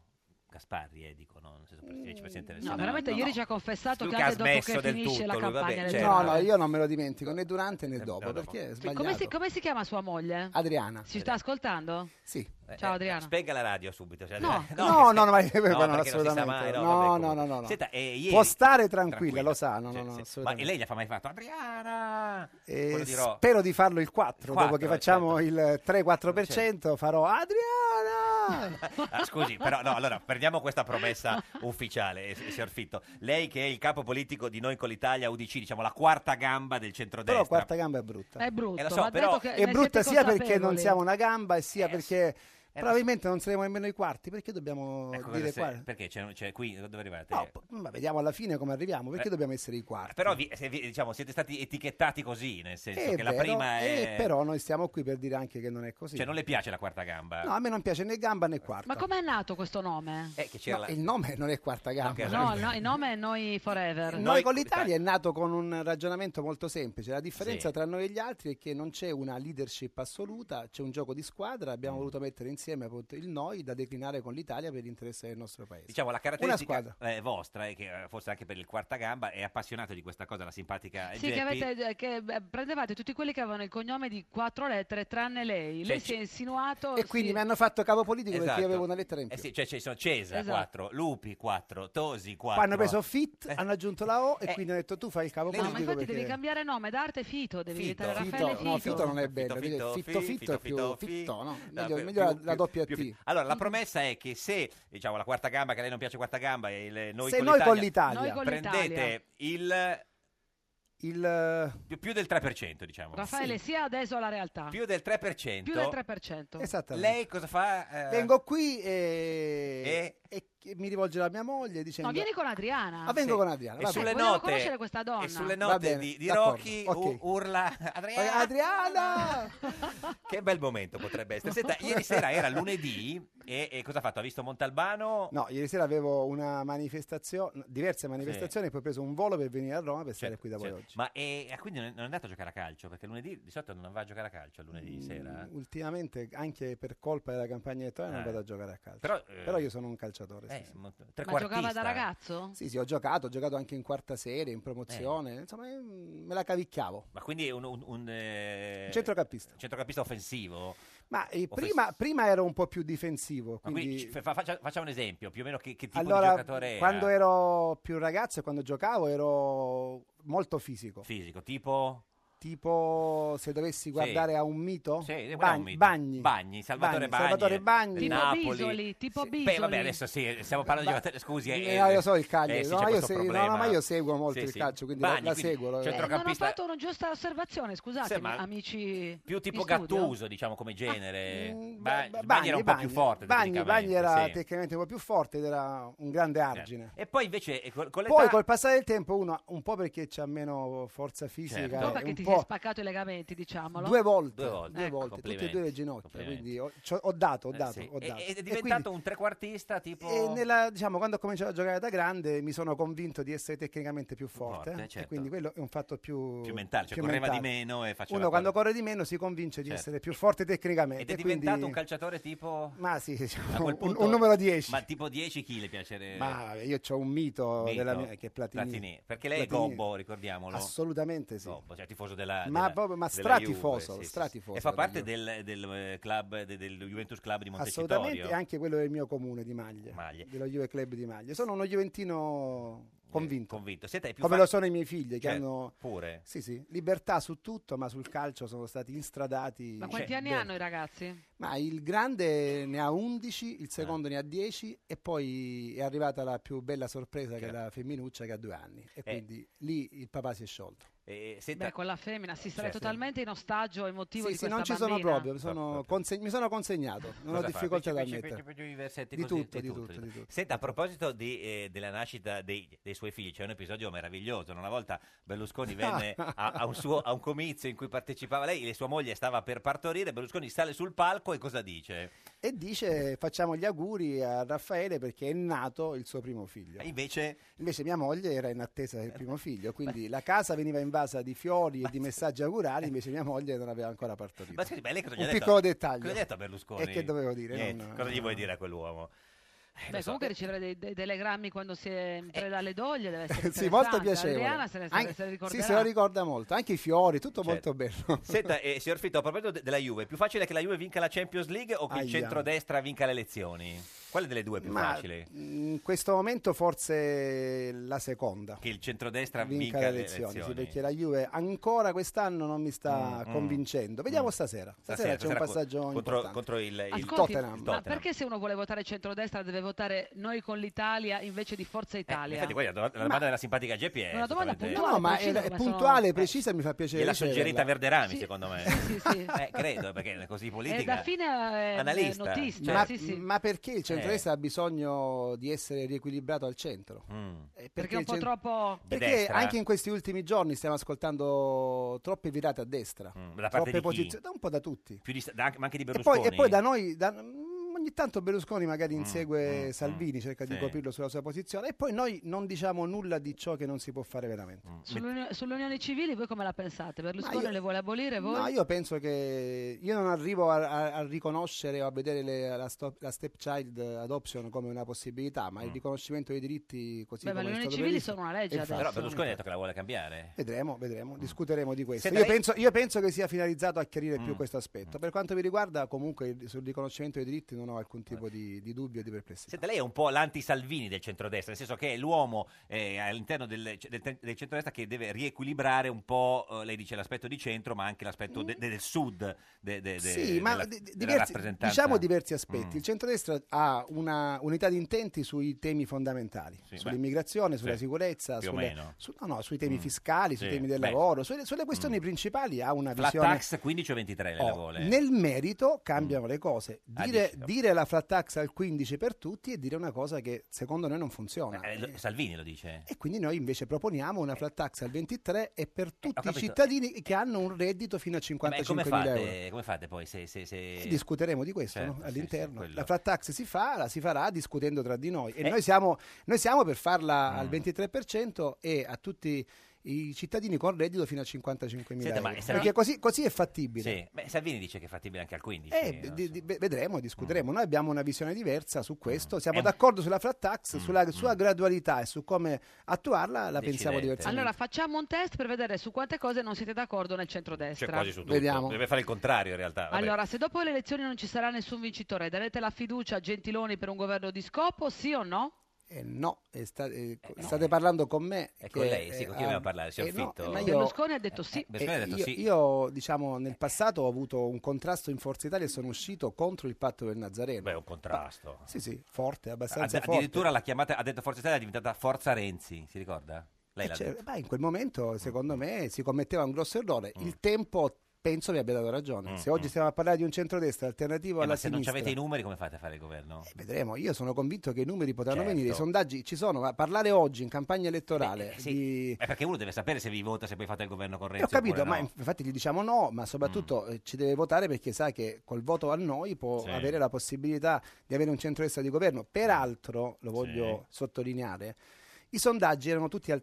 Speaker 2: Gasparri, eh, dico, no? Non so se pres- vice presidente del
Speaker 7: Eh,
Speaker 1: No,
Speaker 2: Senato.
Speaker 1: veramente ieri ci ha confessato che anche dopo che finisce la campagna
Speaker 2: certo.
Speaker 7: No,
Speaker 1: elettorale.
Speaker 7: no, io non me lo dimentico né durante né
Speaker 2: Eh,
Speaker 7: dopo,
Speaker 2: no, dopo.
Speaker 7: perché è
Speaker 1: Sì,
Speaker 7: sbagliato. Ah, eh.
Speaker 1: come, si, come si chiama sua moglie?
Speaker 7: Adriana,
Speaker 1: Si sta ascoltando?
Speaker 7: sì.
Speaker 2: Eh,
Speaker 1: Ciao,
Speaker 2: eh,
Speaker 1: Adriano.
Speaker 2: Spenga la radio subito. cioè,
Speaker 1: No.
Speaker 2: eh, che-
Speaker 7: No, no, no, ma-
Speaker 2: no,
Speaker 7: quello
Speaker 2: perché non si sa
Speaker 7: assolutamente.
Speaker 2: mai,
Speaker 7: No,
Speaker 2: vabbè,
Speaker 7: no,
Speaker 2: comunque.
Speaker 7: no, no, no.
Speaker 2: Senta, eh, ieri-
Speaker 7: Può stare tranquilla, lo sa, no,
Speaker 2: Cioè,
Speaker 7: no, no,
Speaker 2: sì. Ma
Speaker 7: assolutamente.
Speaker 2: lei gli ha fa mai fatto Adriana?
Speaker 7: Eh,
Speaker 2: Quello dirò.
Speaker 7: spero di farlo il 4, dopo
Speaker 2: Quattro,
Speaker 7: che facciamo
Speaker 2: certo.
Speaker 7: il 3-4%, farò Adriana!
Speaker 2: Ah, scusi, però no, allora prendiamo questa promessa ufficiale, eh, signor Fitto. Lei che è il capo politico di Noi con l'Italia UDC, diciamo la quarta gamba del centrodestra.
Speaker 7: Però quarta gamba è brutta.
Speaker 1: È brutta,
Speaker 2: Eh, lo so, però-
Speaker 7: È brutta sia perché non siamo una gamba e sia
Speaker 2: Eh,
Speaker 7: perché
Speaker 2: eh,
Speaker 7: probabilmente non saremo nemmeno i quarti, perché dobbiamo
Speaker 2: Ecco, cosa
Speaker 7: dire
Speaker 2: se-
Speaker 7: quarti?
Speaker 2: Perché c'è, c'è qui dove arrivate?
Speaker 7: No, ah, p- ma vediamo alla fine come arriviamo, perché
Speaker 2: Eh.
Speaker 7: dobbiamo essere i quarti?
Speaker 2: Però vi- se vi- diciamo, siete stati etichettati così, nel senso
Speaker 7: È
Speaker 2: che la
Speaker 7: vero,
Speaker 2: prima è...
Speaker 7: eh, però noi stiamo qui per dire anche che non è così.
Speaker 2: Cioè non le piace la quarta gamba?
Speaker 7: No, a me non piace né gamba né quarta.
Speaker 1: Ma com'è nato questo nome?
Speaker 2: Eh, che c'era
Speaker 7: No,
Speaker 2: la-
Speaker 7: Il nome non è quarta gamba.
Speaker 2: Ok,
Speaker 1: No, no, il nome è Noi Forever.
Speaker 7: Noi,
Speaker 2: Noi con
Speaker 7: con l'Italia
Speaker 2: l'Italia.
Speaker 7: è nato con un ragionamento molto semplice. La differenza
Speaker 2: Sì. Mm.
Speaker 7: tra noi e gli altri è che non c'è una leadership assoluta, c'è un gioco di squadra. Abbiamo voluto mettere insieme appunto il noi da declinare con l'Italia per l'interesse del nostro paese.
Speaker 2: Diciamo, la
Speaker 7: Una
Speaker 2: caratteristica
Speaker 7: squadra.
Speaker 2: eh, vostra, è che eh, forse anche per il quarta gamba, è appassionato di questa cosa, la simpatica
Speaker 1: Sì, che,
Speaker 2: Eh, Geppi.
Speaker 1: avete, che eh, prendevate tutti quelli che avevano il cognome di quattro lettere tranne lei. Lei
Speaker 2: Cioè,
Speaker 1: si è insinuato.
Speaker 7: E quindi mi hanno fatto capo politico
Speaker 2: Esatto.
Speaker 7: perché io avevo una lettera in più.
Speaker 2: Eh sì, cioè ci sono Cesa
Speaker 1: Esatto.
Speaker 2: 4, Lupi 4, Tosi 4.
Speaker 7: Poi hanno preso Fit,
Speaker 2: Eh.
Speaker 7: hanno aggiunto la O e
Speaker 2: Eh.
Speaker 7: quindi hanno detto tu fai il capo
Speaker 2: Lei
Speaker 1: No,
Speaker 7: politico
Speaker 1: ma infatti
Speaker 7: perché...
Speaker 1: devi cambiare nome, d'arte Fito, devi
Speaker 2: Fito.
Speaker 1: diventare Raffaele
Speaker 7: Fito, no, Fito non è bello,
Speaker 2: Fito,
Speaker 7: dire
Speaker 2: Fito,
Speaker 7: fitto, fitto è più-
Speaker 2: Fito,
Speaker 7: fitto, no,
Speaker 2: No,
Speaker 7: meglio-
Speaker 2: più-
Speaker 7: meglio la-
Speaker 2: più-
Speaker 7: la doppia
Speaker 2: più-
Speaker 7: T.
Speaker 2: più- Allora, la promessa è che se, diciamo, la quarta gamba, che a lei non piace quarta gamba, e il, noi,
Speaker 7: Se
Speaker 2: con,
Speaker 7: noi
Speaker 2: l'Italia,
Speaker 7: con l'Italia,
Speaker 1: Noi con l'Italia.
Speaker 2: prendete il
Speaker 7: il eh,
Speaker 2: più, più del 3%, diciamo.
Speaker 1: Raffaele sia adesso alla realtà.
Speaker 2: Più del 3%.
Speaker 1: Più del 3%.
Speaker 7: esattamente.
Speaker 2: Lei cosa fa? Eh,
Speaker 7: Vengo qui e,
Speaker 2: E?
Speaker 7: e chi- mi rivolge alla mia moglie dicendo
Speaker 1: No, vieni con Adriana.
Speaker 7: Ah, vengo
Speaker 2: Sì.
Speaker 7: con Adriana.
Speaker 2: E
Speaker 7: va
Speaker 2: sulle
Speaker 7: bene.
Speaker 1: Vogliamo
Speaker 2: note,
Speaker 1: conoscere questa donna.
Speaker 2: e sulle
Speaker 7: Va
Speaker 2: note
Speaker 7: bene,
Speaker 2: di, di
Speaker 7: d'accordo,
Speaker 2: Rocky
Speaker 7: ok.
Speaker 2: u- urla Adriana.
Speaker 7: Adriana!
Speaker 2: Che bel momento potrebbe essere. Senta, ieri sera era lunedì e, e cosa ha fatto? Ha visto Montalbano?
Speaker 7: No, ieri sera avevo una manifestazione, diverse manifestazioni, e poi ho preso un volo per venire a Roma per stare
Speaker 2: Certo,
Speaker 7: qui da voi
Speaker 2: certo.
Speaker 7: oggi.
Speaker 2: Ma e, e quindi non è non è andato a giocare a calcio? Perché lunedì di solito non va a giocare a calcio
Speaker 7: Mm,
Speaker 2: lunedì sera.
Speaker 7: Ultimamente, anche per colpa della campagna elettorale,
Speaker 2: Eh.
Speaker 7: non vado a giocare a calcio.
Speaker 2: Però,
Speaker 7: Però,
Speaker 2: eh,
Speaker 7: io sono un calciatore. sì,
Speaker 2: Eh,
Speaker 7: sì.
Speaker 2: mo-
Speaker 1: Ma
Speaker 2: trequartista.
Speaker 1: giocava da ragazzo?
Speaker 7: Sì, sì, ho giocato, ho giocato anche in quarta serie, in promozione, insomma, eh, me la cavicchiavo.
Speaker 2: Ma quindi è un, un- un, eh,
Speaker 7: Un centrocampista.
Speaker 2: centrocampista offensivo.
Speaker 7: Ma eh,
Speaker 2: Offens-
Speaker 7: prima, prima ero un po' più difensivo,
Speaker 2: Ma quindi,
Speaker 7: quindi...
Speaker 2: ci- fa- faccia, faccia un esempio, più o meno che, che tipo di
Speaker 7: allora,
Speaker 2: giocatore eh. era?
Speaker 7: quando ero più ragazzo e quando giocavo ero molto fisico.
Speaker 2: Fisico, tipo...
Speaker 7: tipo, se dovessi guardare a un mito,
Speaker 2: Sì, guarda
Speaker 7: Bagn-
Speaker 2: un mito.
Speaker 7: Bagni.
Speaker 2: Bagni, Salvatore Bagni.
Speaker 7: Salvatore Bagni.
Speaker 2: Di
Speaker 1: Tipo
Speaker 2: Napoli.
Speaker 1: Bisoli, tipo
Speaker 7: Sì.
Speaker 1: Bisoli. Eh,
Speaker 2: Beh, vabbè, adesso sì, stiamo parlando di
Speaker 7: Ba-
Speaker 2: giocatori, scusi.
Speaker 7: Eh,
Speaker 2: eh,
Speaker 7: no, io so il Cagliari,
Speaker 2: eh, sì,
Speaker 7: no,
Speaker 2: c'è
Speaker 7: io
Speaker 2: questo
Speaker 7: se- no,
Speaker 2: problema.
Speaker 7: no, ma io seguo molto
Speaker 2: Sì,
Speaker 7: il
Speaker 2: sì.
Speaker 7: calcio, quindi la-
Speaker 2: Bagni,
Speaker 7: la seguo.
Speaker 1: Eh, non ho
Speaker 2: centrocampista
Speaker 1: fatto una giusta osservazione, scusate,
Speaker 2: Sì, ma-
Speaker 1: amici.
Speaker 2: più tipo
Speaker 1: in studio.
Speaker 2: Gattuso, diciamo come genere.
Speaker 7: Ah, Mm,
Speaker 2: Ba-
Speaker 7: Ba-
Speaker 2: Bagni, era un po' più forte
Speaker 7: Bagni, Bagni era
Speaker 2: tecnicamente,
Speaker 7: tecnicamente un po' più forte ed era un grande
Speaker 2: sì.
Speaker 7: argine.
Speaker 2: E poi invece eh, col- con l'età
Speaker 7: Poi col passare del tempo uno un po' perché c'ha meno forza fisica
Speaker 2: Certo.
Speaker 7: e
Speaker 2: No,
Speaker 1: Non perché
Speaker 7: un
Speaker 1: ti sei
Speaker 7: po'
Speaker 1: spaccato i legamenti, diciamolo.
Speaker 7: due volte,
Speaker 2: Due volte.
Speaker 7: due
Speaker 2: Ecco,
Speaker 7: volte, tutte e due le
Speaker 2: complimenti,
Speaker 7: ginocchia,
Speaker 2: complimenti.
Speaker 7: quindi ho, c'ho- ho dato, ho
Speaker 2: eh,
Speaker 7: dato,
Speaker 2: sì.
Speaker 7: ho
Speaker 2: E-
Speaker 7: dato.
Speaker 2: Ed è
Speaker 7: E
Speaker 2: diventato
Speaker 7: quindi-
Speaker 2: un trequartista tipo...
Speaker 7: E nella- diciamo, quando ho cominciato a giocare da grande mi sono convinto di essere tecnicamente più forte.
Speaker 2: forte,
Speaker 7: e
Speaker 2: certo.
Speaker 7: quindi quello è un fatto più,
Speaker 2: Più mentale, cioè
Speaker 7: più
Speaker 2: correva di
Speaker 7: mentale.
Speaker 2: meno e faceva...
Speaker 7: Uno quando
Speaker 2: cose-
Speaker 7: corre di meno si convince di
Speaker 2: Certo.
Speaker 7: essere più forte tecnicamente.
Speaker 2: Ed è
Speaker 7: quindi-
Speaker 2: diventato un calciatore tipo...
Speaker 7: Ma sì,
Speaker 2: a
Speaker 7: diciamo,
Speaker 2: quel
Speaker 7: un-
Speaker 2: punto-
Speaker 7: un, numero 10.
Speaker 2: Ma
Speaker 7: Ma,
Speaker 2: tipo 10 chi le piacerebbe?
Speaker 7: io ho un mito,
Speaker 2: Mito,
Speaker 7: della mia- eh, che è Platini.
Speaker 2: Platini, perché lei è
Speaker 7: Platini-
Speaker 2: gobbo, ricordiamolo.
Speaker 7: Assolutamente sì.
Speaker 2: Gobbo, cioè tifoso della
Speaker 7: Ma
Speaker 2: della-
Speaker 7: proprio- ma
Speaker 2: della
Speaker 7: stratifoso,
Speaker 2: Juve, sì, sì, sì.
Speaker 7: stratifoso
Speaker 2: E fa
Speaker 7: della
Speaker 2: parte del,
Speaker 7: Juve.
Speaker 2: del, eh, club de- del Juventus Club di Montecitorio.
Speaker 7: Assolutamente, e anche quello del mio comune di maglie,
Speaker 2: Maglie.
Speaker 7: dello Juve Club di maglie. Sono uno juventino
Speaker 2: Eh,
Speaker 7: convinto,
Speaker 2: Convinto. Senta, è più
Speaker 7: come
Speaker 2: fa-
Speaker 7: lo sono i miei figli che
Speaker 2: Certo,
Speaker 7: hanno
Speaker 2: pure.
Speaker 7: Sì, sì, libertà su tutto, ma sul calcio sono stati instradati.
Speaker 1: Ma quanti
Speaker 2: Cioè,
Speaker 1: anni
Speaker 7: bene.
Speaker 1: hanno i ragazzi?
Speaker 7: Ma il grande ne ha 11, il secondo
Speaker 2: Eh.
Speaker 7: ne ha 10 e poi è arrivata la più bella sorpresa che è la femminuccia che ha due anni e quindi lì il papà si è sciolto.
Speaker 2: Eh, senta,
Speaker 1: Beh, con la femmina si sarà
Speaker 2: Certo.
Speaker 1: totalmente in ostaggio emotivo
Speaker 7: Sì,
Speaker 1: di
Speaker 7: sì,
Speaker 1: questa
Speaker 7: non ci sono
Speaker 1: bambina.
Speaker 7: proprio, sono
Speaker 2: Proprio.
Speaker 7: conse- mi sono consegnato, non ho
Speaker 2: cosa fa?
Speaker 7: difficoltà ad
Speaker 2: Picci, picci,
Speaker 7: ammettere.
Speaker 2: picci, picci, i versetti
Speaker 7: Di
Speaker 2: così,
Speaker 7: tutto, di tutto, di tutto.
Speaker 2: Senta, a proposito di, eh, della nascita dei, dei suoi figli, c'è un episodio meraviglioso. Una volta Berlusconi venne a, a un suo- a un comizio in cui partecipava lei e sua moglie stava per partorire. Berlusconi sale sul palco e cosa dice?
Speaker 7: E dice facciamo gli auguri a Raffaele perché è nato il suo primo figlio.
Speaker 2: E invece
Speaker 7: Invece mia moglie era in attesa del primo figlio, quindi la casa veniva invasa di fiori e di messaggi augurali, invece mia moglie non aveva ancora partorito.
Speaker 2: Eh. Ma scusi, ma lei cosa gli
Speaker 7: Un
Speaker 2: ha detto?
Speaker 7: piccolo dettaglio.
Speaker 2: Cosa gli ha detto a Berlusconi?
Speaker 7: E che dovevo dire?
Speaker 2: Niente.
Speaker 7: Non-
Speaker 2: Cosa gli vuoi dire a quell'uomo?
Speaker 1: Beh,
Speaker 2: Eh, lo so. Eh.
Speaker 1: comunque ricevere dei, dei telegrammi quando si è in tre dalle doglie deve essere
Speaker 7: sì, molto
Speaker 1: interessante.
Speaker 7: piacevole.
Speaker 1: Adriana se ne, se
Speaker 7: Anche-
Speaker 1: ne ricorderà.
Speaker 7: sì, se lo ricorda molto. Anche i fiori, tutto
Speaker 2: Certo.
Speaker 7: molto bello.
Speaker 2: Senta, eh, signor Fitto, a proposito de- della Juve, è più facile che la Juve vinca la Champions League o che il
Speaker 7: Aia.
Speaker 2: centrodestra vinca le elezioni? Quale delle due è più
Speaker 7: Ma mm,
Speaker 2: facile?
Speaker 7: in questo momento forse la seconda.
Speaker 2: Che il centrodestra
Speaker 7: Vinca
Speaker 2: vinca,
Speaker 7: le elezioni, sì, perché la Juve ancora quest'anno non mi sta
Speaker 2: Mm, mm,
Speaker 7: convincendo. Vediamo
Speaker 2: mm.
Speaker 7: stasera. Stasera, c'è
Speaker 2: stasera
Speaker 7: un passaggio
Speaker 2: contro,
Speaker 7: importante.
Speaker 2: contro il, il
Speaker 1: Ascolti,
Speaker 7: Tottenham.
Speaker 2: il
Speaker 1: Ma
Speaker 2: Tottenham.
Speaker 1: perché se uno vuole votare centrodestra deve votare noi con l'Itala invece di Forza
Speaker 2: Eh,
Speaker 1: Italia?
Speaker 2: infatti, guarda, la domanda della simpatica Geppi è
Speaker 1: Una domanda
Speaker 2: assolutamente-
Speaker 1: puntuale.
Speaker 7: No, ma è,
Speaker 1: precisa,
Speaker 7: è
Speaker 1: ma sono-
Speaker 7: puntuale,
Speaker 1: eh.
Speaker 7: precisa, mi fa piacere.
Speaker 2: Gliel'ha
Speaker 7: riceverla.
Speaker 2: suggerita Verderami,
Speaker 1: Sì.
Speaker 2: secondo me.
Speaker 1: Sì, sì.
Speaker 2: Eh, credo, perché così
Speaker 1: è
Speaker 2: politica.
Speaker 1: da fine eh,
Speaker 2: Analista.
Speaker 1: notizia,
Speaker 2: Cioè-
Speaker 7: ma,
Speaker 1: sì, sì.
Speaker 7: ma perché il
Speaker 2: Eh.
Speaker 7: centrodestra ha bisogno di essere riequilibrato al centro?
Speaker 2: Mm.
Speaker 7: Eh,
Speaker 1: perché è un
Speaker 7: il
Speaker 1: po'
Speaker 7: cent-
Speaker 1: troppo...
Speaker 2: Di
Speaker 7: Perché
Speaker 2: destra? eh.
Speaker 7: anche in questi ultimi giorni stiamo ascoltando troppe virate a destra,
Speaker 2: Mm, da parte
Speaker 7: troppe
Speaker 2: di chi?
Speaker 7: da un po' da tutti.
Speaker 2: Più di- da- ma anche di
Speaker 7: E
Speaker 2: Berlusconi. Mm,
Speaker 7: poi, e poi da noi, da- mm, ogni tanto Berlusconi magari insegue Salvini, cerca di
Speaker 2: sì.
Speaker 7: colpirlo sulla sua posizione e poi noi non diciamo nulla di ciò che non si può fare veramente.
Speaker 2: Mm.
Speaker 1: Sull'unione, sull'unione civile voi come la pensate? Berlusconi
Speaker 7: Ma io-
Speaker 1: le vuole abolire voi?
Speaker 7: No, io penso che io non arrivo a, a- a riconoscere o a vedere le- la, sto- la stepchild adoption come una possibilità,
Speaker 2: Mm.
Speaker 7: ma il riconoscimento dei diritti così
Speaker 1: Beh, ma
Speaker 7: come
Speaker 1: le
Speaker 7: è
Speaker 1: unioni
Speaker 7: stato
Speaker 1: civili
Speaker 7: previsto-
Speaker 1: sono una legge
Speaker 7: Infatti.
Speaker 1: adesso.
Speaker 2: Però Berlusconi ha detto che la vuole cambiare.
Speaker 7: Vedremo, vedremo, discuteremo di questo.
Speaker 2: Mm. Senta,
Speaker 7: Io
Speaker 2: lei-
Speaker 7: penso, io penso che sia finalizzato a chiarire
Speaker 2: Mm.
Speaker 7: più questo aspetto. Per quanto mi riguarda, comunque, il- sul riconoscimento dei diritti non ho alcun tipo di, di dubbio e di perplessità.
Speaker 2: Senta, lei è un po' l'anti-Salvini del centrodestra, nel senso che è l'uomo eh, all'interno del, del- del centrodestra che deve riequilibrare un po', eh, lei dice, l'aspetto di centro, ma anche l'aspetto de- de- del sud de- de- de-
Speaker 7: Sì, ma
Speaker 2: della-
Speaker 7: di- di-
Speaker 2: della
Speaker 7: diversi-
Speaker 2: rappresentanza.
Speaker 7: diciamo diversi aspetti.
Speaker 2: Mm.
Speaker 7: Il centrodestra ha una unità di intenti sui temi fondamentali,
Speaker 2: Sì,
Speaker 7: sull'immigrazione, sulla
Speaker 2: sì,
Speaker 7: sicurezza,
Speaker 2: più o
Speaker 7: sulle-
Speaker 2: meno. Mm.
Speaker 7: su- no, no, sui temi fiscali, sui
Speaker 2: Sì,
Speaker 7: temi del
Speaker 2: beh.
Speaker 7: lavoro, sulle, sulle questioni principali ha una
Speaker 2: Flat
Speaker 7: visione...
Speaker 2: tax 15 o 23 lei la
Speaker 7: Oh,
Speaker 2: vuole?
Speaker 7: nel merito cambiano le cose.
Speaker 2: Ah,
Speaker 7: Dire,
Speaker 2: dici, no.
Speaker 7: dire la flat tax al 15 per tutti è dire una cosa che secondo noi non funziona.
Speaker 2: Eh, lo- Salvini lo dice.
Speaker 7: E quindi noi invece proponiamo una flat tax al 23 e per tutti i
Speaker 2: Eh, capito.
Speaker 7: cittadini che hanno un reddito fino a
Speaker 2: Ma come
Speaker 7: 55.000 euro.
Speaker 2: fate, come fate poi se... se- se-
Speaker 7: E discuteremo di questo
Speaker 2: Certo,
Speaker 7: no?
Speaker 2: sì, sì,
Speaker 7: all'interno.
Speaker 2: quello.
Speaker 7: la flat tax si fa, la si farà discutendo tra di noi. E
Speaker 2: Eh.
Speaker 7: noi, siamo, noi siamo per farla al
Speaker 2: Mm.
Speaker 7: 23% e a tutti i cittadini con reddito fino a 55.000
Speaker 2: Senta, ma
Speaker 7: euro.
Speaker 2: sarà-
Speaker 7: Perché così, così è fattibile.
Speaker 2: Sì, beh, Salvini dice che è fattibile anche al 15.
Speaker 7: Eh,
Speaker 2: non
Speaker 7: di-
Speaker 2: so.
Speaker 7: di- vedremo,
Speaker 2: Mm.
Speaker 7: discuteremo. Noi abbiamo una visione diversa su questo. Siamo
Speaker 2: È un-
Speaker 7: d'accordo sulla flat tax,
Speaker 2: Eh. Mm,
Speaker 7: sulla sua
Speaker 2: mm.
Speaker 7: gradualità e su come attuarla la pensiamo
Speaker 2: Decidente.
Speaker 7: diversamente.
Speaker 1: Allora facciamo un test per vedere su quante cose non siete d'accordo nel centrodestra.
Speaker 2: Cioè quasi su tutto.
Speaker 7: Vediamo.
Speaker 2: Deve fare il contrario in realtà. Ah, vabbè.
Speaker 1: Allora, se dopo le elezioni non ci sarà nessun vincitore, darete la fiducia a Gentiloni per un governo di scopo, sì o no?
Speaker 7: Eh, no, eh, sta- eh, co-
Speaker 2: no.
Speaker 7: state parlando con me.
Speaker 2: Eh, con
Speaker 7: che,
Speaker 2: lei, sì, con chi
Speaker 7: eh,
Speaker 2: dobbiamo
Speaker 7: ah,
Speaker 2: parlare, signor
Speaker 7: eh, no,
Speaker 2: Fitto?
Speaker 7: eh, ma io-
Speaker 1: Berlusconi ha detto sì.
Speaker 2: Eh, Berlusconi
Speaker 7: eh,
Speaker 2: ha detto
Speaker 7: io,
Speaker 2: sì. Eh.
Speaker 7: io, diciamo, nel passato ho avuto un contrasto in Forza Italia e sono uscito contro il patto del Nazareno.
Speaker 2: Eh, Beh, è un contrasto.
Speaker 7: Sì, sì, forte,
Speaker 2: Ah,
Speaker 7: abbastanza forte.
Speaker 2: addirittura la chiamata ha detto Forza Italia è diventata Forza Renzi, si ricorda? Lei
Speaker 7: Eh,
Speaker 2: l'ha
Speaker 7: cioè,
Speaker 2: detto. Mm.
Speaker 7: beh, in quel momento, secondo me, si commetteva un grosso errore. Il tempo penso vi abbia dato ragione.
Speaker 2: Mm,
Speaker 7: Se oggi
Speaker 2: mm.
Speaker 7: stiamo a parlare di un centrodestra alternativo
Speaker 2: Eh,
Speaker 7: alla
Speaker 2: ma se non ci
Speaker 7: sinistra,
Speaker 2: avete i numeri come fate a fare il governo?
Speaker 7: eh, vedremo. Io sono convinto che i numeri potranno
Speaker 2: Certo.
Speaker 7: venire, i sondaggi ci sono, ma parlare oggi in campagna elettorale
Speaker 2: Eh, sì.
Speaker 7: di-
Speaker 2: Eh, perché uno deve sapere se vi vota se poi fate il governo con
Speaker 7: Eh,
Speaker 2: Renzi.
Speaker 7: ho capito,
Speaker 2: oppure
Speaker 7: ma
Speaker 2: no. Mm.
Speaker 7: inf- infatti gli diciamo no, ma soprattutto eh, ci deve votare perché sa che col voto a noi può
Speaker 2: Sì.
Speaker 7: avere la possibilità di avere un centrodestra di governo. Peraltro, lo voglio sottolineare, i sondaggi erano tutti al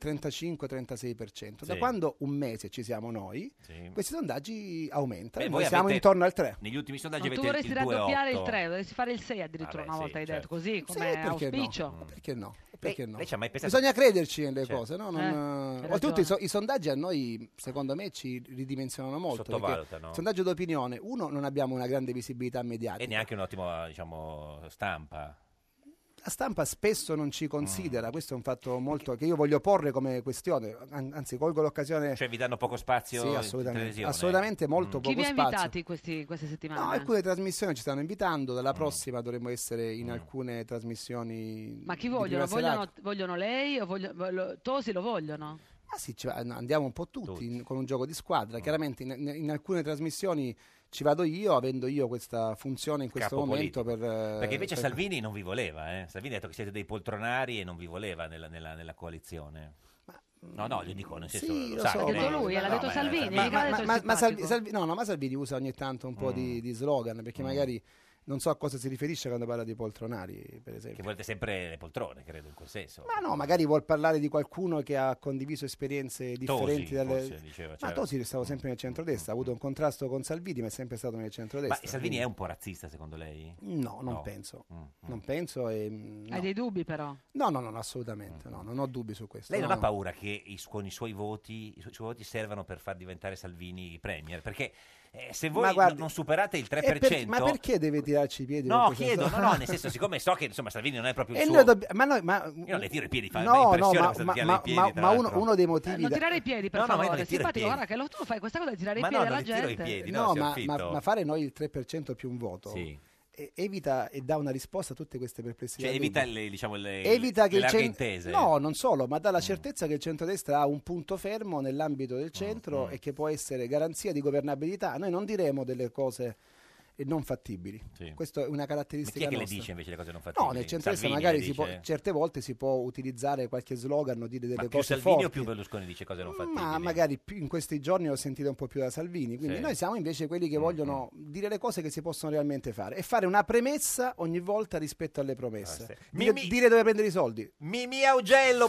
Speaker 7: 35-36%. Da
Speaker 2: Sì.
Speaker 7: quando un mese ci siamo noi,
Speaker 2: Sì.
Speaker 7: questi sondaggi
Speaker 2: Beh,
Speaker 7: aumentano.
Speaker 2: voi
Speaker 7: Noi siamo
Speaker 2: avete-
Speaker 7: intorno al 3.
Speaker 2: Negli ultimi
Speaker 1: No,
Speaker 2: sondaggi
Speaker 1: tu
Speaker 2: avete
Speaker 1: vorresti
Speaker 2: il 2,8.
Speaker 1: raddoppiare il 3, vorresti fare il 6 addirittura
Speaker 2: Vabbè,
Speaker 1: una
Speaker 2: sì,
Speaker 1: volta hai detto
Speaker 2: certo.
Speaker 1: così,
Speaker 7: Sì,
Speaker 1: come
Speaker 7: perché no?
Speaker 1: auspicio.
Speaker 7: Perché no? Perché
Speaker 2: Lei-
Speaker 7: no?
Speaker 2: lei ci ha mai pensato-
Speaker 7: Bisogna crederci nelle
Speaker 2: Certo.
Speaker 7: cose, no? Non,
Speaker 1: Eh, hai
Speaker 7: eh,
Speaker 1: ragione.
Speaker 7: Oltretutto i, so- i sondaggi a noi, secondo me, ci ridimensionano molto. perché
Speaker 2: Sottovalutano.
Speaker 7: Sondaggio d'opinione, uno, non abbiamo una grande visibilità mediatica.
Speaker 2: E neanche un'ottima, diciamo, stampa.
Speaker 7: La stampa spesso non ci
Speaker 2: Mm.
Speaker 7: considera, questo è un fatto molto che io voglio porre come questione, an- anzi colgo l'occasione...
Speaker 2: Cioè vi danno poco spazio
Speaker 7: Eh. sì,
Speaker 2: in
Speaker 7: assolutamente,
Speaker 2: televisione.
Speaker 7: assolutamente molto
Speaker 2: Mm.
Speaker 7: poco
Speaker 1: Chi vi ha
Speaker 7: spazio.
Speaker 1: invitati questi- queste settimane?
Speaker 7: No, alcune trasmissioni ci stanno invitando, dalla
Speaker 2: Mm.
Speaker 7: prossima dovremmo essere in alcune trasmissioni.
Speaker 1: Ma chi
Speaker 7: di
Speaker 1: vogliono?
Speaker 7: prima serata.
Speaker 1: Vogliono, vogliono lei o voglio- voglio- Tosi lo vogliono?
Speaker 7: Ma Ah, sì, ci va- no, andiamo un po' tutti,
Speaker 2: Tutti. Mm.
Speaker 7: in- con un gioco di squadra. Chiaramente in, in alcune trasmissioni ci vado io, avendo io questa funzione in questo
Speaker 2: Capo
Speaker 7: momento. Per,
Speaker 2: politico.
Speaker 7: eh,
Speaker 2: Perché invece
Speaker 7: per-
Speaker 2: Salvini non vi voleva, eh? Salvini ha detto che siete dei poltronari e non vi voleva nella, nella- nella coalizione. No, no, io dico, nel
Speaker 7: Sì,
Speaker 2: senso,
Speaker 7: lo
Speaker 2: sa
Speaker 7: so,
Speaker 2: che
Speaker 7: L'ha
Speaker 2: lei-
Speaker 7: detto lui,
Speaker 2: No,
Speaker 7: l'ha detto
Speaker 2: ma-
Speaker 1: Salvini,
Speaker 7: Ma,
Speaker 1: Quindi mica
Speaker 7: ma-
Speaker 1: ha detto
Speaker 7: ma-
Speaker 1: il
Speaker 7: ma Salvi-
Speaker 1: simpatico.
Speaker 7: Salvi- no, no, ma Salvini usa ogni tanto un po'
Speaker 2: Mm.
Speaker 7: di, di slogan, perché magari non so a cosa si riferisce quando parla di poltronari, per
Speaker 2: Che
Speaker 7: esempio.
Speaker 2: volete sempre le poltrone, credo, in quel senso.
Speaker 7: Ma no, magari vuol parlare di qualcuno che ha condiviso esperienze differenti dalle...
Speaker 2: forse, diceva, certo.
Speaker 7: ma
Speaker 2: c'era.
Speaker 7: Tosi stava sempre nel centrodestra, ha avuto un contrasto con Salvini, ma è sempre stato nel
Speaker 2: Ma
Speaker 7: centrodestra.
Speaker 2: Salvini
Speaker 7: quindi-
Speaker 2: è un po' razzista, secondo lei?
Speaker 7: No, non
Speaker 2: No.
Speaker 7: penso.
Speaker 2: Mm, mm.
Speaker 7: Non penso e... mm,
Speaker 1: Hai
Speaker 7: No.
Speaker 1: dei dubbi però.
Speaker 7: no, no, no, no, assolutamente, no, non ho dubbi su questo.
Speaker 2: Mm. Lei
Speaker 7: no,
Speaker 2: non ha
Speaker 7: no.
Speaker 2: paura che i, su- con i suoi voti, i su- suoi voti servano per far diventare Salvini premier? Perché eh, se voi
Speaker 7: Ma
Speaker 2: no-
Speaker 7: guardi-
Speaker 2: non superate il 3%...
Speaker 7: E per- ma perché deve tirarci i piedi?
Speaker 2: No,
Speaker 7: con questa
Speaker 2: chiedo, no,
Speaker 7: storia?
Speaker 2: no, nel senso, siccome so che insomma Salvini non è proprio il
Speaker 7: E
Speaker 2: suo...
Speaker 7: noi dobb- ma noi, ma...
Speaker 2: Io non le tiro i piedi, fa
Speaker 7: No, no,
Speaker 2: l'impressione
Speaker 7: ma,
Speaker 2: questa di
Speaker 7: ma-
Speaker 2: tirarle i
Speaker 7: ma-
Speaker 2: piedi,
Speaker 7: ma-
Speaker 2: tra
Speaker 7: ma uno,
Speaker 2: l'altro.
Speaker 7: uno dei
Speaker 1: Eh,
Speaker 7: motivi...
Speaker 1: non
Speaker 7: da-
Speaker 1: tirare i piedi, per
Speaker 2: No, no, ma io
Speaker 1: favore.
Speaker 2: non li tiro i
Speaker 1: Simpatico, guarda
Speaker 2: piedi.
Speaker 1: che lo, tu fai questa cosa di tirare
Speaker 2: Ma
Speaker 1: i
Speaker 2: no,
Speaker 1: piedi
Speaker 2: non
Speaker 1: alla
Speaker 2: li tiro i
Speaker 1: gente.
Speaker 2: piedi, no,
Speaker 7: No,
Speaker 2: signor
Speaker 7: ma, ma-
Speaker 2: Fitto.
Speaker 7: ma fare noi il 3% più un voto
Speaker 2: Sì.
Speaker 7: e- evita e dà una risposta a tutte queste perplessità.
Speaker 2: Cioè
Speaker 7: dubbi.
Speaker 2: evita le, diciamo, le,
Speaker 7: Evita
Speaker 2: le
Speaker 7: che il
Speaker 2: larghe
Speaker 7: cen-
Speaker 2: intese.
Speaker 7: No, non solo, ma dà la certezza che il centrodestra ha un punto fermo
Speaker 2: Mm,
Speaker 7: nell'ambito del centro e che può essere garanzia di governabilità. Noi non diremo delle cose e non fattibili.
Speaker 2: Sì.
Speaker 7: Questa è una
Speaker 2: Ma chi
Speaker 7: caratteristica
Speaker 2: è che le
Speaker 7: nostra.
Speaker 2: dice invece le cose non fattibili?
Speaker 7: No, nel centro-destra
Speaker 2: Salvini
Speaker 7: magari
Speaker 2: le
Speaker 7: si può-
Speaker 2: dice?
Speaker 7: certe volte si può utilizzare qualche slogan o dire delle
Speaker 2: Ma più
Speaker 7: cose
Speaker 2: Salvini o
Speaker 7: forti.
Speaker 2: più Berlusconi dice cose non fattibili?
Speaker 7: Ma magari più- in questi giorni ho sentito un po' più da Salvini, quindi
Speaker 2: Sì. Mm,
Speaker 7: noi siamo invece quelli che vogliono dire le cose che si possono realmente fare e fare una premessa ogni volta rispetto alle promesse.
Speaker 2: Ah, sì.
Speaker 7: Dire,
Speaker 2: Mimì-
Speaker 7: dire dove prendere i soldi.
Speaker 2: Mimì Augello,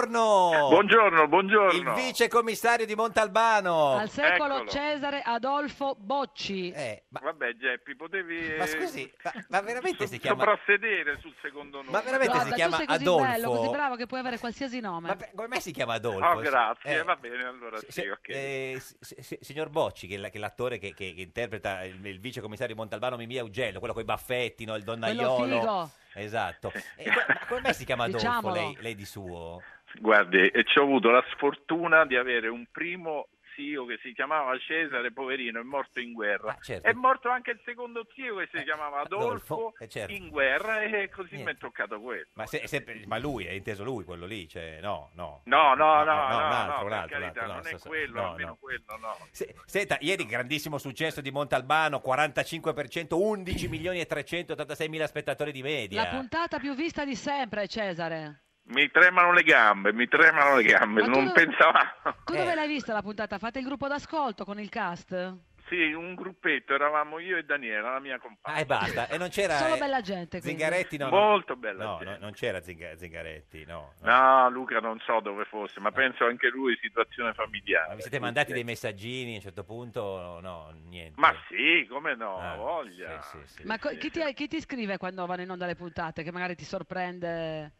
Speaker 2: buongiorno.
Speaker 8: Buongiorno,
Speaker 2: Il
Speaker 8: buongiorno.
Speaker 2: vice commissario di Montalbano.
Speaker 1: Al secolo
Speaker 8: Eccolo.
Speaker 1: Cesare Adolfo Bocci.
Speaker 2: Eh, ma,
Speaker 8: Vabbè, Geppi, potevi eh,
Speaker 2: ma scusi, ma, ma veramente
Speaker 8: so-
Speaker 2: si chiama...
Speaker 8: soprassedere sul secondo nome.
Speaker 2: Ma veramente
Speaker 1: Guarda,
Speaker 2: si chiama
Speaker 1: tu sei così
Speaker 2: Adolfo.
Speaker 1: bello, così bravo che puoi avere qualsiasi nome.
Speaker 2: Ma per- come mai si chiama Adolfo?
Speaker 8: Oh, grazie,
Speaker 2: Eh,
Speaker 8: va bene, allora
Speaker 2: se-
Speaker 8: sì,
Speaker 2: se-
Speaker 8: ok.
Speaker 2: eh, si- si- si- signor Bocci, che, è la- che è l'attore che, che- che interpreta il, il vice commissario di Montalbano Mimì Augello, quello con i baffetti, no? il
Speaker 1: Quello
Speaker 2: donnaiolo.
Speaker 1: figo.
Speaker 2: Esatto.
Speaker 8: Eh.
Speaker 2: E que- ma come mai si chiama Adolfo
Speaker 1: Diciamolo.
Speaker 2: lei, lei di suo?
Speaker 8: Guardi, eh, ci ho avuto la sfortuna di avere un primo zio che si chiamava Cesare, poverino, è morto in guerra.
Speaker 2: Ah, certo. Eh,
Speaker 8: È morto anche il secondo zio che si chiamava
Speaker 2: Adolfo,
Speaker 8: Adolfo,
Speaker 2: eh, certo.
Speaker 8: in guerra e così
Speaker 2: Niente.
Speaker 8: mi è toccato quello.
Speaker 2: Ma, se- se- ma lui è inteso lui quello lì? Cioè, no, no.
Speaker 8: No,
Speaker 2: un
Speaker 8: no, no, no, no,
Speaker 2: altro, un
Speaker 8: per
Speaker 2: altro, un
Speaker 8: carità,
Speaker 2: altro, no,
Speaker 8: non
Speaker 2: so-
Speaker 8: è
Speaker 2: so-
Speaker 8: quello,
Speaker 2: no,
Speaker 8: almeno
Speaker 2: no.
Speaker 8: quello no.
Speaker 2: Se- senta, ieri grandissimo successo di Montalbano, 45%, 11 milioni e 386 mila spettatori di
Speaker 1: La
Speaker 2: media.
Speaker 1: puntata più vista di sempre, Cesare.
Speaker 8: Mi tremano le gambe, mi tremano le gambe,
Speaker 1: Ma tu
Speaker 8: non
Speaker 1: dove-
Speaker 8: pensavamo.
Speaker 1: Tu
Speaker 2: Eh.
Speaker 1: dove l'hai vista la puntata? Fate il gruppo d'ascolto con il cast?
Speaker 8: Sì, un gruppetto, eravamo io e Daniela, la mia compagna.
Speaker 2: Ah, e basta. E non c'era...
Speaker 1: Solo
Speaker 2: eh,
Speaker 1: bella gente, quindi.
Speaker 2: Zingaretti no.
Speaker 8: Molto
Speaker 2: no.
Speaker 8: bella
Speaker 2: No,
Speaker 8: gente.
Speaker 2: no, non c'era Zinga- Zingaretti, no. no.
Speaker 8: No, Luca non so dove fosse, ma penso anche lui situazione familiare.
Speaker 2: Eh. Ma vi siete mandati dei messaggini a un certo punto? No, niente.
Speaker 8: Ma sì, come no,
Speaker 2: Ah,
Speaker 8: voglia.
Speaker 2: sì, sì, sì.
Speaker 1: Ma co- chi, ti, chi ti scrive quando vanno in onda le puntate? Che magari ti sorprende.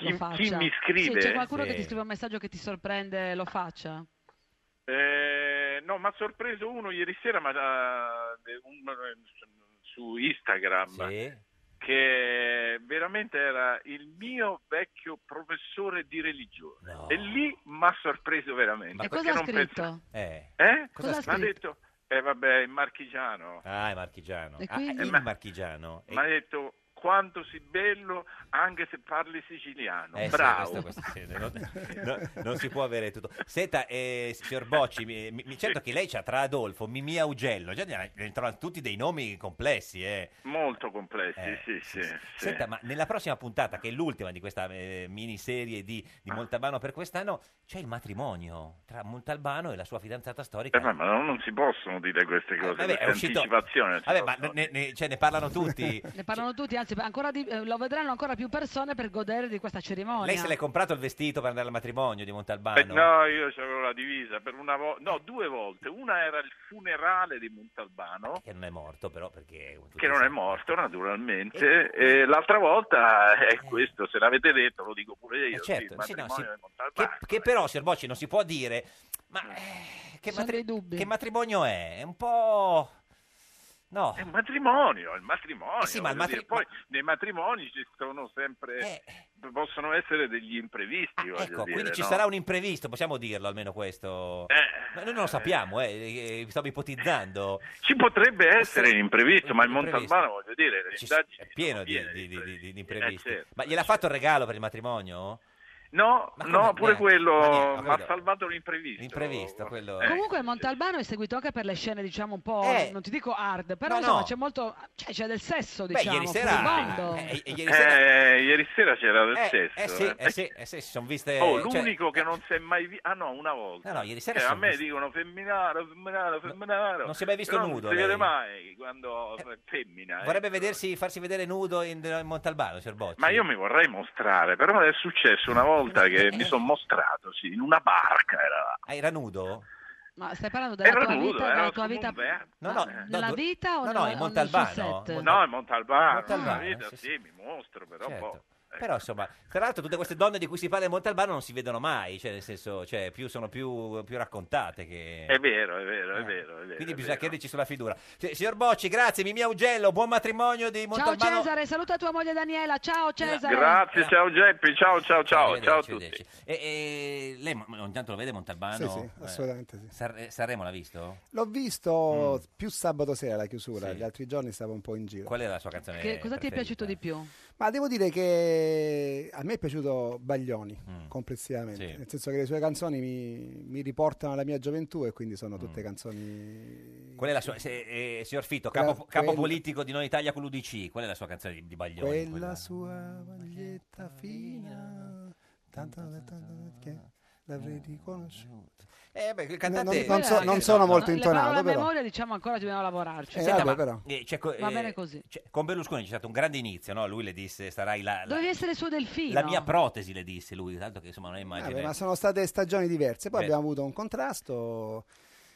Speaker 8: Chi-
Speaker 1: lo faccia.
Speaker 8: chi mi scrive?
Speaker 1: Sì, c'è qualcuno
Speaker 2: Sì.
Speaker 1: che ti scrive un messaggio che ti sorprende, lo faccia.
Speaker 8: Eh, no, mi ha sorpreso uno ieri sera ma, eh, un- su Instagram
Speaker 2: Sì?
Speaker 8: che veramente era il mio vecchio professore di religione.
Speaker 2: No.
Speaker 8: E lì mi ha sorpreso veramente.
Speaker 1: e
Speaker 8: perché
Speaker 1: cosa ha
Speaker 8: non
Speaker 1: scritto?
Speaker 8: pensavo-
Speaker 2: Eh.
Speaker 8: Eh?
Speaker 2: Cosa
Speaker 1: ha
Speaker 8: Mi ha
Speaker 1: scritto?
Speaker 8: detto, eh vabbè, il marchigiano.
Speaker 2: Ah, è marchigiano.
Speaker 1: E
Speaker 2: Ah,
Speaker 1: quindi?
Speaker 2: è il
Speaker 8: Ma-
Speaker 2: marchigiano. Eh, E-
Speaker 8: Mi ha detto quanto sei bello anche se parli siciliano.
Speaker 2: Eh sì,
Speaker 8: Bravo.
Speaker 2: questo- questo sì, non, no, non si può avere tutto. Senta, eh, signor Bocci, mi, mi- certo che lei c'ha tra Adolfo, Mimì Augello, già ne ne trovano tutti dei nomi complessi. Eh.
Speaker 8: Molto complessi,
Speaker 2: Eh,
Speaker 8: sì, sì, sì.
Speaker 2: Senta, ma nella prossima puntata, che è l'ultima di questa eh, miniserie di,
Speaker 8: Ah.
Speaker 2: di Montalbano per quest'anno, c'è il matrimonio tra Montalbano e la sua fidanzata storica.
Speaker 8: Eh, ma ma non, non si possono dire queste
Speaker 2: Eh,
Speaker 8: cose,
Speaker 2: vabbè,
Speaker 8: queste
Speaker 2: è uscito-
Speaker 8: anticipazioni. non si
Speaker 2: Vabbè, ma
Speaker 8: possono
Speaker 2: ne,
Speaker 8: dire.
Speaker 2: ne- cioè, ne parlano tutti.
Speaker 1: Ne parlano tutti, anzi, ancora di- eh, lo vedranno ancora più persone per godere di questa cerimonia.
Speaker 2: Lei se l'è comprato il vestito per andare al matrimonio di
Speaker 8: Eh,
Speaker 2: Montalbano?
Speaker 8: no, io avevo la divisa per una volta, no, due volte. Una era il funerale di Montalbano,
Speaker 2: Eh, Che non è morto, però, perché. tutti
Speaker 8: che non è
Speaker 2: sanno.
Speaker 8: morto naturalmente, e l'altra volta è
Speaker 2: Eh.
Speaker 8: questo. Se l'avete detto, lo dico pure
Speaker 2: Eh,
Speaker 8: io. sì,
Speaker 2: certo,
Speaker 8: il
Speaker 2: sì, no,
Speaker 8: matrimonio
Speaker 2: sì.
Speaker 8: di Montalbano. eh. Mm.
Speaker 2: che, che però, signor Bocci, non si può dire. Ma eh, che,
Speaker 1: Sono dei
Speaker 2: matri-
Speaker 1: dubbi.
Speaker 2: che matrimonio è? È un po'. No.
Speaker 8: È un matrimonio, è il matrimonio.
Speaker 2: Eh sì, ma il
Speaker 8: voglio
Speaker 2: matri-
Speaker 8: dire, Poi nei matrimoni ci sono sempre,
Speaker 2: Eh.
Speaker 8: possono essere degli imprevisti.
Speaker 2: Ah,
Speaker 8: voglio
Speaker 2: ecco,
Speaker 8: dire,
Speaker 2: quindi ci
Speaker 8: no?
Speaker 2: sarà un imprevisto, possiamo dirlo almeno questo.
Speaker 8: Eh.
Speaker 2: Ma noi non lo sappiamo, eh, eh, stavo ipotizzando.
Speaker 8: Ci potrebbe essere
Speaker 2: Sì,
Speaker 8: un imprevisto, ma il
Speaker 2: imprevisto.
Speaker 8: Montalbano, voglio dire, le
Speaker 2: Ci-
Speaker 8: indagini
Speaker 2: è pieno
Speaker 8: sono
Speaker 2: di,
Speaker 8: piene
Speaker 2: di- di- di- di- di
Speaker 8: imprevisti.
Speaker 2: imprevisti.
Speaker 8: Eh, certo.
Speaker 2: Ma gliel'ha fatto il regalo per il matrimonio?
Speaker 8: No,
Speaker 2: Ma
Speaker 8: no,
Speaker 2: come?
Speaker 8: pure
Speaker 2: Eh, ma niente,
Speaker 8: quello
Speaker 2: ho
Speaker 8: mi ha
Speaker 2: capito.
Speaker 8: salvato l'imprevisto.
Speaker 2: L'imprevisto, quello-
Speaker 8: Eh,
Speaker 1: Comunque
Speaker 8: sì,
Speaker 1: Montalbano è seguito anche per le scene, diciamo, un po',
Speaker 2: Eh.
Speaker 1: non ti dico hard, però
Speaker 2: No,
Speaker 1: insomma
Speaker 2: no.
Speaker 1: c'è molto, cioè c'è del sesso,
Speaker 2: Beh,
Speaker 1: diciamo,
Speaker 2: ieri sera.
Speaker 1: furibondo.
Speaker 2: eh, eh,
Speaker 8: sì.
Speaker 2: ieri sera-
Speaker 8: Eh, ieri sera c'era del
Speaker 2: eh,
Speaker 8: sesso.
Speaker 2: eh sì,
Speaker 8: eh.
Speaker 2: eh sì, eh sì, si sono viste.
Speaker 8: Oh,
Speaker 2: cioè-
Speaker 8: l'unico che non si è mai visto. Ah, no, una volta.
Speaker 2: No, no, ieri sera
Speaker 8: Cioè, a
Speaker 2: sono
Speaker 8: me
Speaker 2: visto-
Speaker 8: dicono femminaro, femminaro, femminaro.
Speaker 2: non si è mai visto
Speaker 8: Però
Speaker 2: nudo,
Speaker 8: Non si vede
Speaker 2: lei.
Speaker 8: mai quando è femmina.
Speaker 2: eh, Vorrebbe
Speaker 8: ecco.
Speaker 2: vedersi, farsi vedere nudo in, in Montalbano, signor Bocci.
Speaker 8: Ma io mi vorrei mostrare, però è successo una volta
Speaker 1: Eh.
Speaker 8: che mi sono mostrato, sì, in una barca era là.
Speaker 2: Ah, era nudo?
Speaker 1: Ma stai parlando della
Speaker 8: Era
Speaker 1: tua
Speaker 8: nudo,
Speaker 1: vita,
Speaker 8: era
Speaker 1: della tua
Speaker 8: come
Speaker 1: vita
Speaker 8: un eh. verme.
Speaker 2: No, no,
Speaker 1: ma
Speaker 2: no,
Speaker 1: nella
Speaker 2: du-
Speaker 1: vita o
Speaker 2: no, no,
Speaker 1: nel-
Speaker 2: in
Speaker 1: o
Speaker 2: Montalbano,
Speaker 1: nel suo set?
Speaker 2: Montalbano.
Speaker 8: No, è Montalbano,
Speaker 2: Montalbano,
Speaker 8: la vita,
Speaker 2: sì,
Speaker 8: sì,
Speaker 2: sì.
Speaker 8: mi mostro, però
Speaker 2: Certo.
Speaker 8: boh, ecco.
Speaker 2: Però insomma, tra l'altro tutte queste donne di cui si parla in Montalbano non si vedono mai, cioè nel senso, cioè, più, sono più, più raccontate che...
Speaker 8: È vero, è vero,
Speaker 2: Eh.
Speaker 8: è vero, è vero.
Speaker 2: Quindi
Speaker 8: è
Speaker 2: bisogna
Speaker 8: vero.
Speaker 2: chiederci sulla figura. Sì, signor Bocci, grazie, Mimia Augello, buon matrimonio di
Speaker 1: Ciao
Speaker 2: Montalbano.
Speaker 1: Cesare, saluta tua moglie Daniela, ciao Cesare.
Speaker 8: Grazie, ciao Geppi, ciao, ciao, ciao,
Speaker 2: Arrivederci,
Speaker 8: ciao a tutti.
Speaker 2: arrivederci. E, e lei ma- ogni tanto lo vede Montalbano?
Speaker 7: Sì, sì,
Speaker 2: Eh,
Speaker 7: assolutamente sì.
Speaker 2: San- Sanremo l'ha visto?
Speaker 7: L'ho visto più sabato sera la chiusura,
Speaker 2: Mm. Sì.
Speaker 7: gli altri giorni stavo un po' in giro.
Speaker 2: Qual è la sua canzone
Speaker 1: Che- cosa ti è
Speaker 2: preferita?
Speaker 1: piaciuto di più?
Speaker 7: Ma devo dire che a me è piaciuto Baglioni complessivamente,
Speaker 2: Mm. Sì.
Speaker 7: nel senso che le sue canzoni mi, mi riportano alla mia gioventù e quindi sono tutte canzoni...
Speaker 2: Mm. Qual è la sua, se- eh, signor Fitto,
Speaker 7: Quella-
Speaker 2: capo, capo
Speaker 7: quella-
Speaker 2: politico di Noi Italia con l'UDC, qual è la sua canzone di, di Baglioni?
Speaker 7: Quella
Speaker 2: quella?
Speaker 7: sua maglietta fina, tanto, tanto che l'avrei riconosciuta.
Speaker 2: Eh, beh, il
Speaker 7: Non,
Speaker 2: cantante...
Speaker 7: non so- non sono molto
Speaker 1: La
Speaker 7: intonato,
Speaker 1: parola
Speaker 7: però.
Speaker 1: memoria diciamo ancora dobbiamo lavorarci.
Speaker 7: Eh,
Speaker 2: Senta,
Speaker 7: vabbè,
Speaker 2: ma,
Speaker 7: però.
Speaker 2: eh, c'è co-
Speaker 1: Va
Speaker 2: eh,
Speaker 1: bene così.
Speaker 2: c'è- con Berlusconi c'è stato un grande inizio, no? Lui le disse, sarai la, la-
Speaker 1: Dovevi essere il suo delfino.
Speaker 2: la mia protesi, le disse lui, tanto che insomma non è immagine...
Speaker 7: Vabbè, ma sono state stagioni diverse, poi
Speaker 2: Beh.
Speaker 7: abbiamo avuto un contrasto.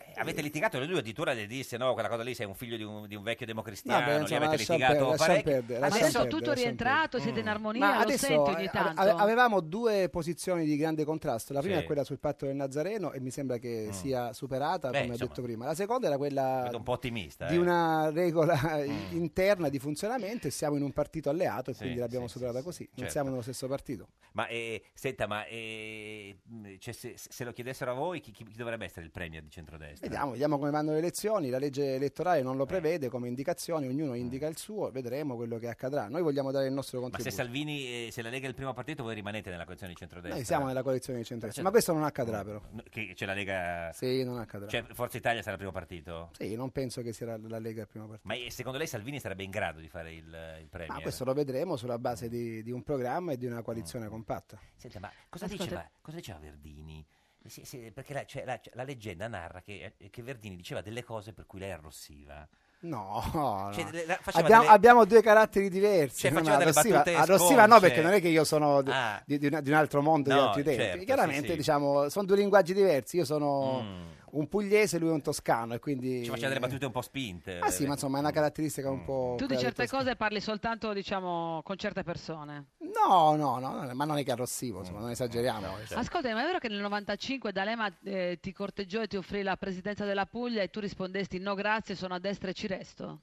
Speaker 2: Eh, Avete litigato le due, addirittura le disse, no, quella cosa lì sei un figlio di un, di un vecchio democristiano,
Speaker 7: Vabbè, insomma,
Speaker 2: lì avete
Speaker 7: lasciamo
Speaker 2: litigato
Speaker 7: per- lasciamo
Speaker 2: parecchio.
Speaker 7: perdere,
Speaker 1: Ma
Speaker 7: lasciamo
Speaker 1: adesso è
Speaker 7: perdere,
Speaker 1: tutto
Speaker 7: lasciamo
Speaker 1: rientrato, siete in armonia,
Speaker 7: Mm. Ma
Speaker 1: lo
Speaker 7: adesso
Speaker 1: sento ogni
Speaker 7: eh,
Speaker 1: tanto.
Speaker 7: ave- avevamo due posizioni di grande contrasto. La prima
Speaker 2: Sì. Mm.
Speaker 7: è quella sul patto del Nazareno e mi sembra che sia superata,
Speaker 2: Beh,
Speaker 7: come
Speaker 2: insomma.
Speaker 7: ho detto prima. La seconda era quella
Speaker 2: Vedo un po' ottimista.
Speaker 7: di
Speaker 2: eh. Mm.
Speaker 7: una regola interna di funzionamento e siamo in un partito alleato e
Speaker 2: Sì,
Speaker 7: quindi l'abbiamo
Speaker 2: sì,
Speaker 7: superata
Speaker 2: sì,
Speaker 7: così.
Speaker 2: sì,
Speaker 7: non
Speaker 2: certo.
Speaker 7: siamo nello stesso partito.
Speaker 2: Ma eh, senta, ma eh, mh, cioè, se, se lo chiedessero a voi, chi, chi- chi dovrebbe essere il premier di centrodestra?
Speaker 7: Vediamo, vediamo come vanno le elezioni. La legge elettorale non
Speaker 2: Eh.
Speaker 7: lo prevede come indicazione, ognuno indica il suo, vedremo quello che accadrà. Noi vogliamo dare il nostro
Speaker 2: Mm. Ma se
Speaker 7: contributo.
Speaker 2: Salvini, eh, se la Lega è il primo partito, voi rimanete nella coalizione di centrodestra?
Speaker 7: Noi siamo nella coalizione di centro
Speaker 2: Certo.
Speaker 7: ma questo non accadrà però.
Speaker 2: No, Che c'è la Lega...
Speaker 7: Sì, non accadrà.
Speaker 2: Cioè, Forza Italia sarà il primo partito?
Speaker 7: Sì, non penso che sia la, la Lega il primo partito.
Speaker 2: Ma eh, secondo lei Salvini sarebbe in grado di fare il, il premier?
Speaker 7: Ma questo lo vedremo sulla
Speaker 2: Mm.
Speaker 7: base di, di un programma e di una coalizione compatta.
Speaker 2: Senta, ma cosa
Speaker 1: Ascolta.
Speaker 2: diceva, cosa diceva Verdini? Eh, sì, sì, perché la, cioè, la- la leggenda narra che, eh, che Verdini diceva delle cose per cui lei arrossiva.
Speaker 7: No, no.
Speaker 2: Cioè, le- la- faceva
Speaker 7: abbiamo,
Speaker 2: delle-
Speaker 7: abbiamo due caratteri diversi.
Speaker 2: Cioè,
Speaker 7: non
Speaker 2: faceva delle
Speaker 7: arrossiva,
Speaker 2: battute
Speaker 7: arrossiva no,
Speaker 2: sconce.
Speaker 7: perché non è che io sono di,
Speaker 2: Ah.
Speaker 7: di- di una- di un altro mondo, di
Speaker 2: No,
Speaker 7: altri tempi.
Speaker 2: certo, sì,
Speaker 7: Chiaramente,
Speaker 2: sì.
Speaker 7: diciamo, sono due linguaggi diversi. Io sono
Speaker 2: Mm.
Speaker 7: un pugliese, lui è un toscano e quindi...
Speaker 2: Ci faceva delle battute un po' spinte.
Speaker 7: Eh,
Speaker 2: eh. Mm.
Speaker 7: Ah sì, ma insomma è una caratteristica un
Speaker 1: Tu
Speaker 7: po'...
Speaker 1: di
Speaker 7: quella del
Speaker 1: certe
Speaker 7: toscano.
Speaker 1: cose parli soltanto, diciamo, con certe persone.
Speaker 7: No, no, no, no, ma non è che arrossivo, insomma, non esageriamo.
Speaker 2: certo.
Speaker 1: Ascolta, ma è vero che nel 95 D'Alema eh, ti corteggiò e ti offrì la presidenza della Puglia e tu rispondesti no grazie, sono a destra e ci resto?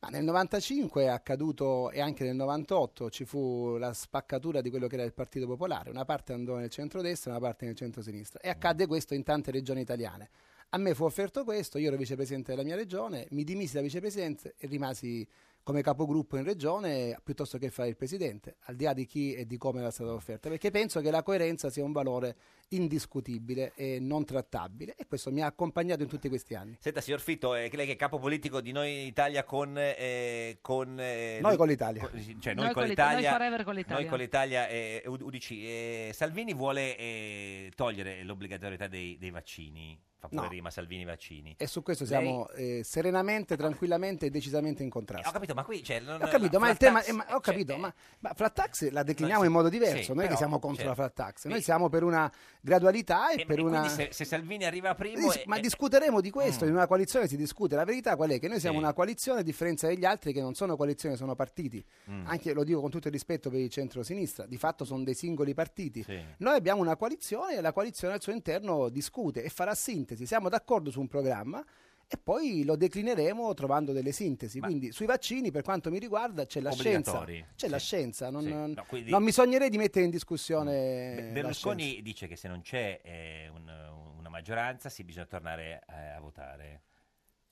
Speaker 7: Ma nel 95 è accaduto e anche nel 98 ci fu la spaccatura di quello che era il Partito Popolare, una parte andò nel centrodestra e una parte nel centrosinistra e accadde questo in tante regioni italiane. A me fu offerto questo, io ero vicepresidente della mia regione, mi dimisi da vicepresidente e rimasi come capogruppo in regione piuttosto che fare il presidente, al di là di chi e di come era stata offerta, perché penso che la coerenza sia un valore indiscutibile e non trattabile e questo mi ha accompagnato in tutti questi anni.
Speaker 2: Senta, signor Fitto, eh, che lei che è capo politico di Noi Italia con... eh, con eh,
Speaker 7: Noi con l'Italia.
Speaker 2: con- cioè, noi,
Speaker 1: Noi
Speaker 2: con
Speaker 1: con l'Ita-
Speaker 2: l'Italia...
Speaker 1: noi forever con l'Italia.
Speaker 2: Noi con l'Italia e UDC. Eh, Salvini vuole eh, togliere l'obbligatorietà dei, dei vaccini. Fa pure
Speaker 7: No.
Speaker 2: rima Salvini vaccini.
Speaker 7: E su questo
Speaker 2: Lei-
Speaker 7: siamo eh, serenamente, tranquillamente e decisamente in
Speaker 2: Eh, ho
Speaker 7: contrasto.
Speaker 2: capito, ma qui c'è... non-
Speaker 7: Ho capito, ma
Speaker 2: flat
Speaker 7: il tema.
Speaker 2: tax,
Speaker 7: eh, ma- ho
Speaker 2: eh, cioè,
Speaker 7: capito,
Speaker 2: eh,
Speaker 7: ma, ma flat tax la decliniamo
Speaker 2: sì,
Speaker 7: in modo diverso.
Speaker 2: sì,
Speaker 7: non è
Speaker 2: però,
Speaker 7: che siamo contro
Speaker 2: certo.
Speaker 7: la flat tax, noi
Speaker 2: Sì.
Speaker 7: siamo per una gradualità e
Speaker 2: eh,
Speaker 7: per
Speaker 2: e
Speaker 7: una.
Speaker 2: Quindi se, se Salvini arriva primo...
Speaker 7: Dis-
Speaker 2: eh,
Speaker 7: ma
Speaker 2: eh,
Speaker 7: discuteremo di questo,
Speaker 2: Mm.
Speaker 7: in una coalizione si discute. La verità qual è? Che noi siamo
Speaker 2: Sì.
Speaker 7: una coalizione a differenza degli altri che non sono coalizioni, sono partiti.
Speaker 2: Mm.
Speaker 7: Anche lo dico con tutto il rispetto per il centro-sinistra, di fatto sono dei singoli partiti.
Speaker 2: Sì.
Speaker 7: Noi abbiamo una coalizione e la coalizione al suo interno discute e farà sintesi. Siamo d'accordo su un programma e poi lo declineremo trovando delle sintesi.
Speaker 2: Ma-
Speaker 7: Quindi sui vaccini, per quanto mi riguarda, c'è la scienza.
Speaker 2: Obbligatori.
Speaker 7: C'è la
Speaker 2: Sì.
Speaker 7: scienza, non,
Speaker 2: Sì. No, quindi-
Speaker 7: non mi sognerei di mettere in discussione.
Speaker 2: Beh,
Speaker 7: la scienza.
Speaker 2: Berlusconi dice che se non c'è eh, un- una maggioranza si bisogna tornare eh, a votare.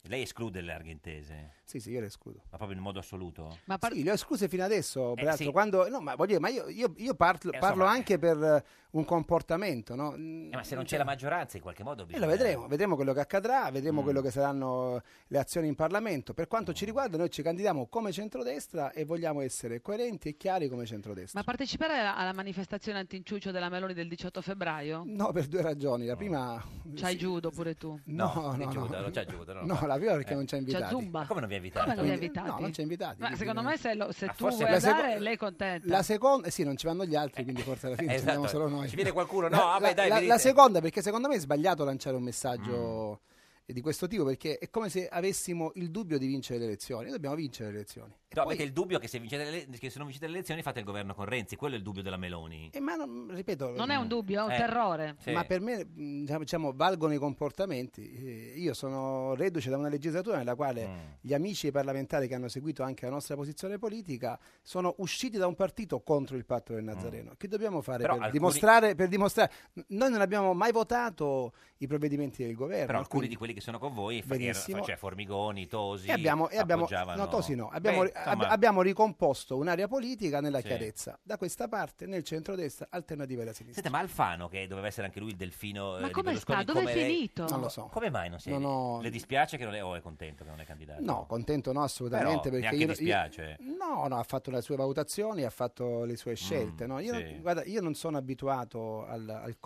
Speaker 2: Lei esclude le argentese,
Speaker 7: Sì, sì, io le escludo.
Speaker 2: ma proprio in modo assoluto?
Speaker 1: Ma par-
Speaker 7: Sì, le ho escluse fino adesso, peraltro,
Speaker 2: Eh, sì.
Speaker 7: quando- no, ma, voglio dire, ma io, io- io parlo,
Speaker 2: Eh,
Speaker 7: parlo
Speaker 2: insomma,
Speaker 7: anche per eh, un comportamento, no? Mm, cioè,
Speaker 2: Eh, ma se non c'è la maggioranza in qualche modo
Speaker 7: E
Speaker 2: bisogna...
Speaker 7: lo vedremo, vedremo quello che accadrà, vedremo
Speaker 2: Mm.
Speaker 7: quello che saranno le azioni in Parlamento. Per quanto ci riguarda, noi ci candidiamo come centrodestra e vogliamo essere coerenti e chiari come centrodestra.
Speaker 1: ma partecipare alla, alla manifestazione antinciuccio della Meloni del 18 febbraio?
Speaker 7: No, per due ragioni. La prima...
Speaker 1: C'hai judo pure tu.
Speaker 2: No,
Speaker 7: No, no,
Speaker 2: di
Speaker 7: no.
Speaker 2: Giuda, no, c'è Giuda, no,
Speaker 7: No,
Speaker 2: no.
Speaker 7: la prima perché
Speaker 2: Eh.
Speaker 7: non ci ha
Speaker 1: C'è
Speaker 7: invitati.
Speaker 1: Zumba.
Speaker 2: Ma come non vi ha invitato?
Speaker 1: Come non vi ha
Speaker 7: Quindi-
Speaker 1: invitati?
Speaker 7: no, non ci ha invitati,
Speaker 1: Ma
Speaker 7: quindi
Speaker 1: secondo
Speaker 7: non-
Speaker 1: me se, lo- se
Speaker 2: Ah,
Speaker 1: tu
Speaker 2: forse-
Speaker 1: vuoi
Speaker 7: Cioè, La seco-
Speaker 1: andare, lei è contenta.
Speaker 7: La seconda, eh sì, non ci vanno gli altri, quindi forse alla fine
Speaker 2: Eh,
Speaker 7: ci andiamo
Speaker 2: esatto.
Speaker 7: solo noi.
Speaker 2: Ci viene qualcuno? No,
Speaker 7: La-
Speaker 2: vabbè,
Speaker 7: la,
Speaker 2: dai,
Speaker 7: la-
Speaker 2: venite.
Speaker 7: la seconda, perché secondo me è sbagliato lanciare un messaggio
Speaker 2: Mm.
Speaker 7: di questo tipo, perché è come se avessimo il dubbio di vincere le elezioni. Noi Dobbiamo vincere le elezioni. E
Speaker 2: No,
Speaker 7: poi-
Speaker 2: avete il dubbio che se, vincete le, ele- che se non vincete le elezioni fate il governo con Renzi, quello è il dubbio della Meloni.
Speaker 7: eh, ma non- ripeto,
Speaker 1: Non è un dubbio, è un
Speaker 2: Eh.
Speaker 1: terrore.
Speaker 2: Sì.
Speaker 7: Ma per me mh, diciamo- diciamo, valgono i comportamenti. Eh, Io sono reduce da una legislatura nella quale
Speaker 2: Mm.
Speaker 7: gli amici e i parlamentari che hanno seguito anche la nostra posizione politica sono usciti da un partito contro il patto del Nazareno. Che dobbiamo fare
Speaker 2: Mm. Però
Speaker 7: per,
Speaker 2: alcuni-
Speaker 7: dimostrare, per dimostrare? N- Noi non abbiamo mai votato i provvedimenti del governo.
Speaker 2: Però alcuni
Speaker 7: quindi-
Speaker 2: di quelli che sono con voi, fa- era-
Speaker 7: Benissimo.
Speaker 2: fa- cioè Formigoni, Tosi,
Speaker 7: e abbiamo, e abbiamo-
Speaker 2: appoggiavano-
Speaker 7: no, Tosi no, abbiamo,
Speaker 2: Beh,
Speaker 7: ab-
Speaker 2: ma-
Speaker 7: abbiamo ricomposto un'area politica nella
Speaker 2: Sì.
Speaker 7: chiarezza, da questa parte, nel centrodestra, alternativa alla sinistra.
Speaker 2: Senta, ma Alfano, che doveva essere anche lui il delfino eh,
Speaker 7: Ma
Speaker 2: di
Speaker 7: come
Speaker 2: Berlusconi,
Speaker 7: sta? Dove è
Speaker 2: come lei-
Speaker 7: finito? Non lo so.
Speaker 2: Come mai non si è...
Speaker 7: Non ho-
Speaker 2: Le dispiace che non è... Oh, è contento che non è candidato.
Speaker 7: No, contento no, assolutamente.
Speaker 2: Però
Speaker 7: perché
Speaker 2: neanche
Speaker 7: io,
Speaker 2: dispiace.
Speaker 7: io- no, no, ha fatto le sue valutazioni, ha fatto le sue scelte. no? Io,
Speaker 2: Mm, sì.
Speaker 7: guarda, io non sono abituato al, al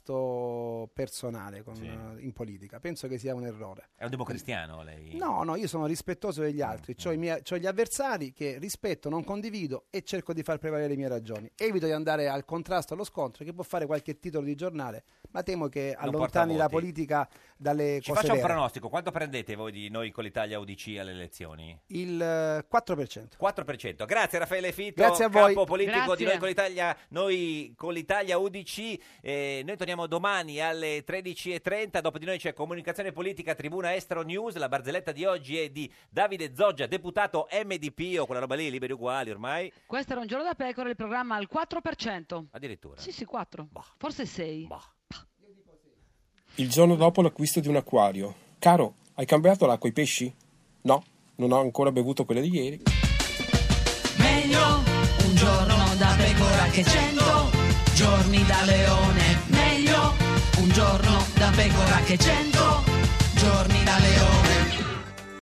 Speaker 7: contrasto personale con-
Speaker 2: Sì.
Speaker 7: in politica, penso che sia un errore.
Speaker 2: È un democristiano lei?
Speaker 7: No, no, io sono rispettoso
Speaker 2: Mm,
Speaker 7: degli altri, ho gli avversari che rispetto, non condivido e cerco di far prevalere le mie ragioni. Evito di andare al contrasto, allo scontro, che può fare qualche titolo di giornale, ma temo che
Speaker 2: porta
Speaker 7: allontani la
Speaker 2: voti.
Speaker 7: politica dalle
Speaker 2: Ci
Speaker 7: cose
Speaker 2: faccia un
Speaker 7: vere.
Speaker 2: pronostico. Quanto prendete voi di noi con l'Italia UDC alle elezioni?
Speaker 7: Il eh, 4%.
Speaker 2: 4%. Grazie Raffaele Fitto,
Speaker 7: Grazie a
Speaker 2: capo
Speaker 7: voi.
Speaker 2: politico di
Speaker 7: Grazie.
Speaker 2: Noi con l'Italia, noi con l'Italia UDC. Eh, noi torniamo domani alle 13.30. Dopo di noi c'è Comunicazione Politica, Tribuna Estero News. La barzelletta di oggi è di Davide Zoggia, deputato MDP o quella roba lì, liberi uguali ormai.
Speaker 1: Questo era un giorno da pecora, il programma al 4%.
Speaker 2: Addirittura.
Speaker 1: Sì, sì, 4.
Speaker 2: Boh.
Speaker 1: Forse 6.
Speaker 9: Il giorno dopo l'acquisto di un acquario. Caro, hai cambiato l'acqua ai pesci? No, non ho ancora bevuto quella di ieri.
Speaker 10: Meglio un giorno da pecora che cento giorni da leone. Meglio un giorno da pecora che cento giorni da leone.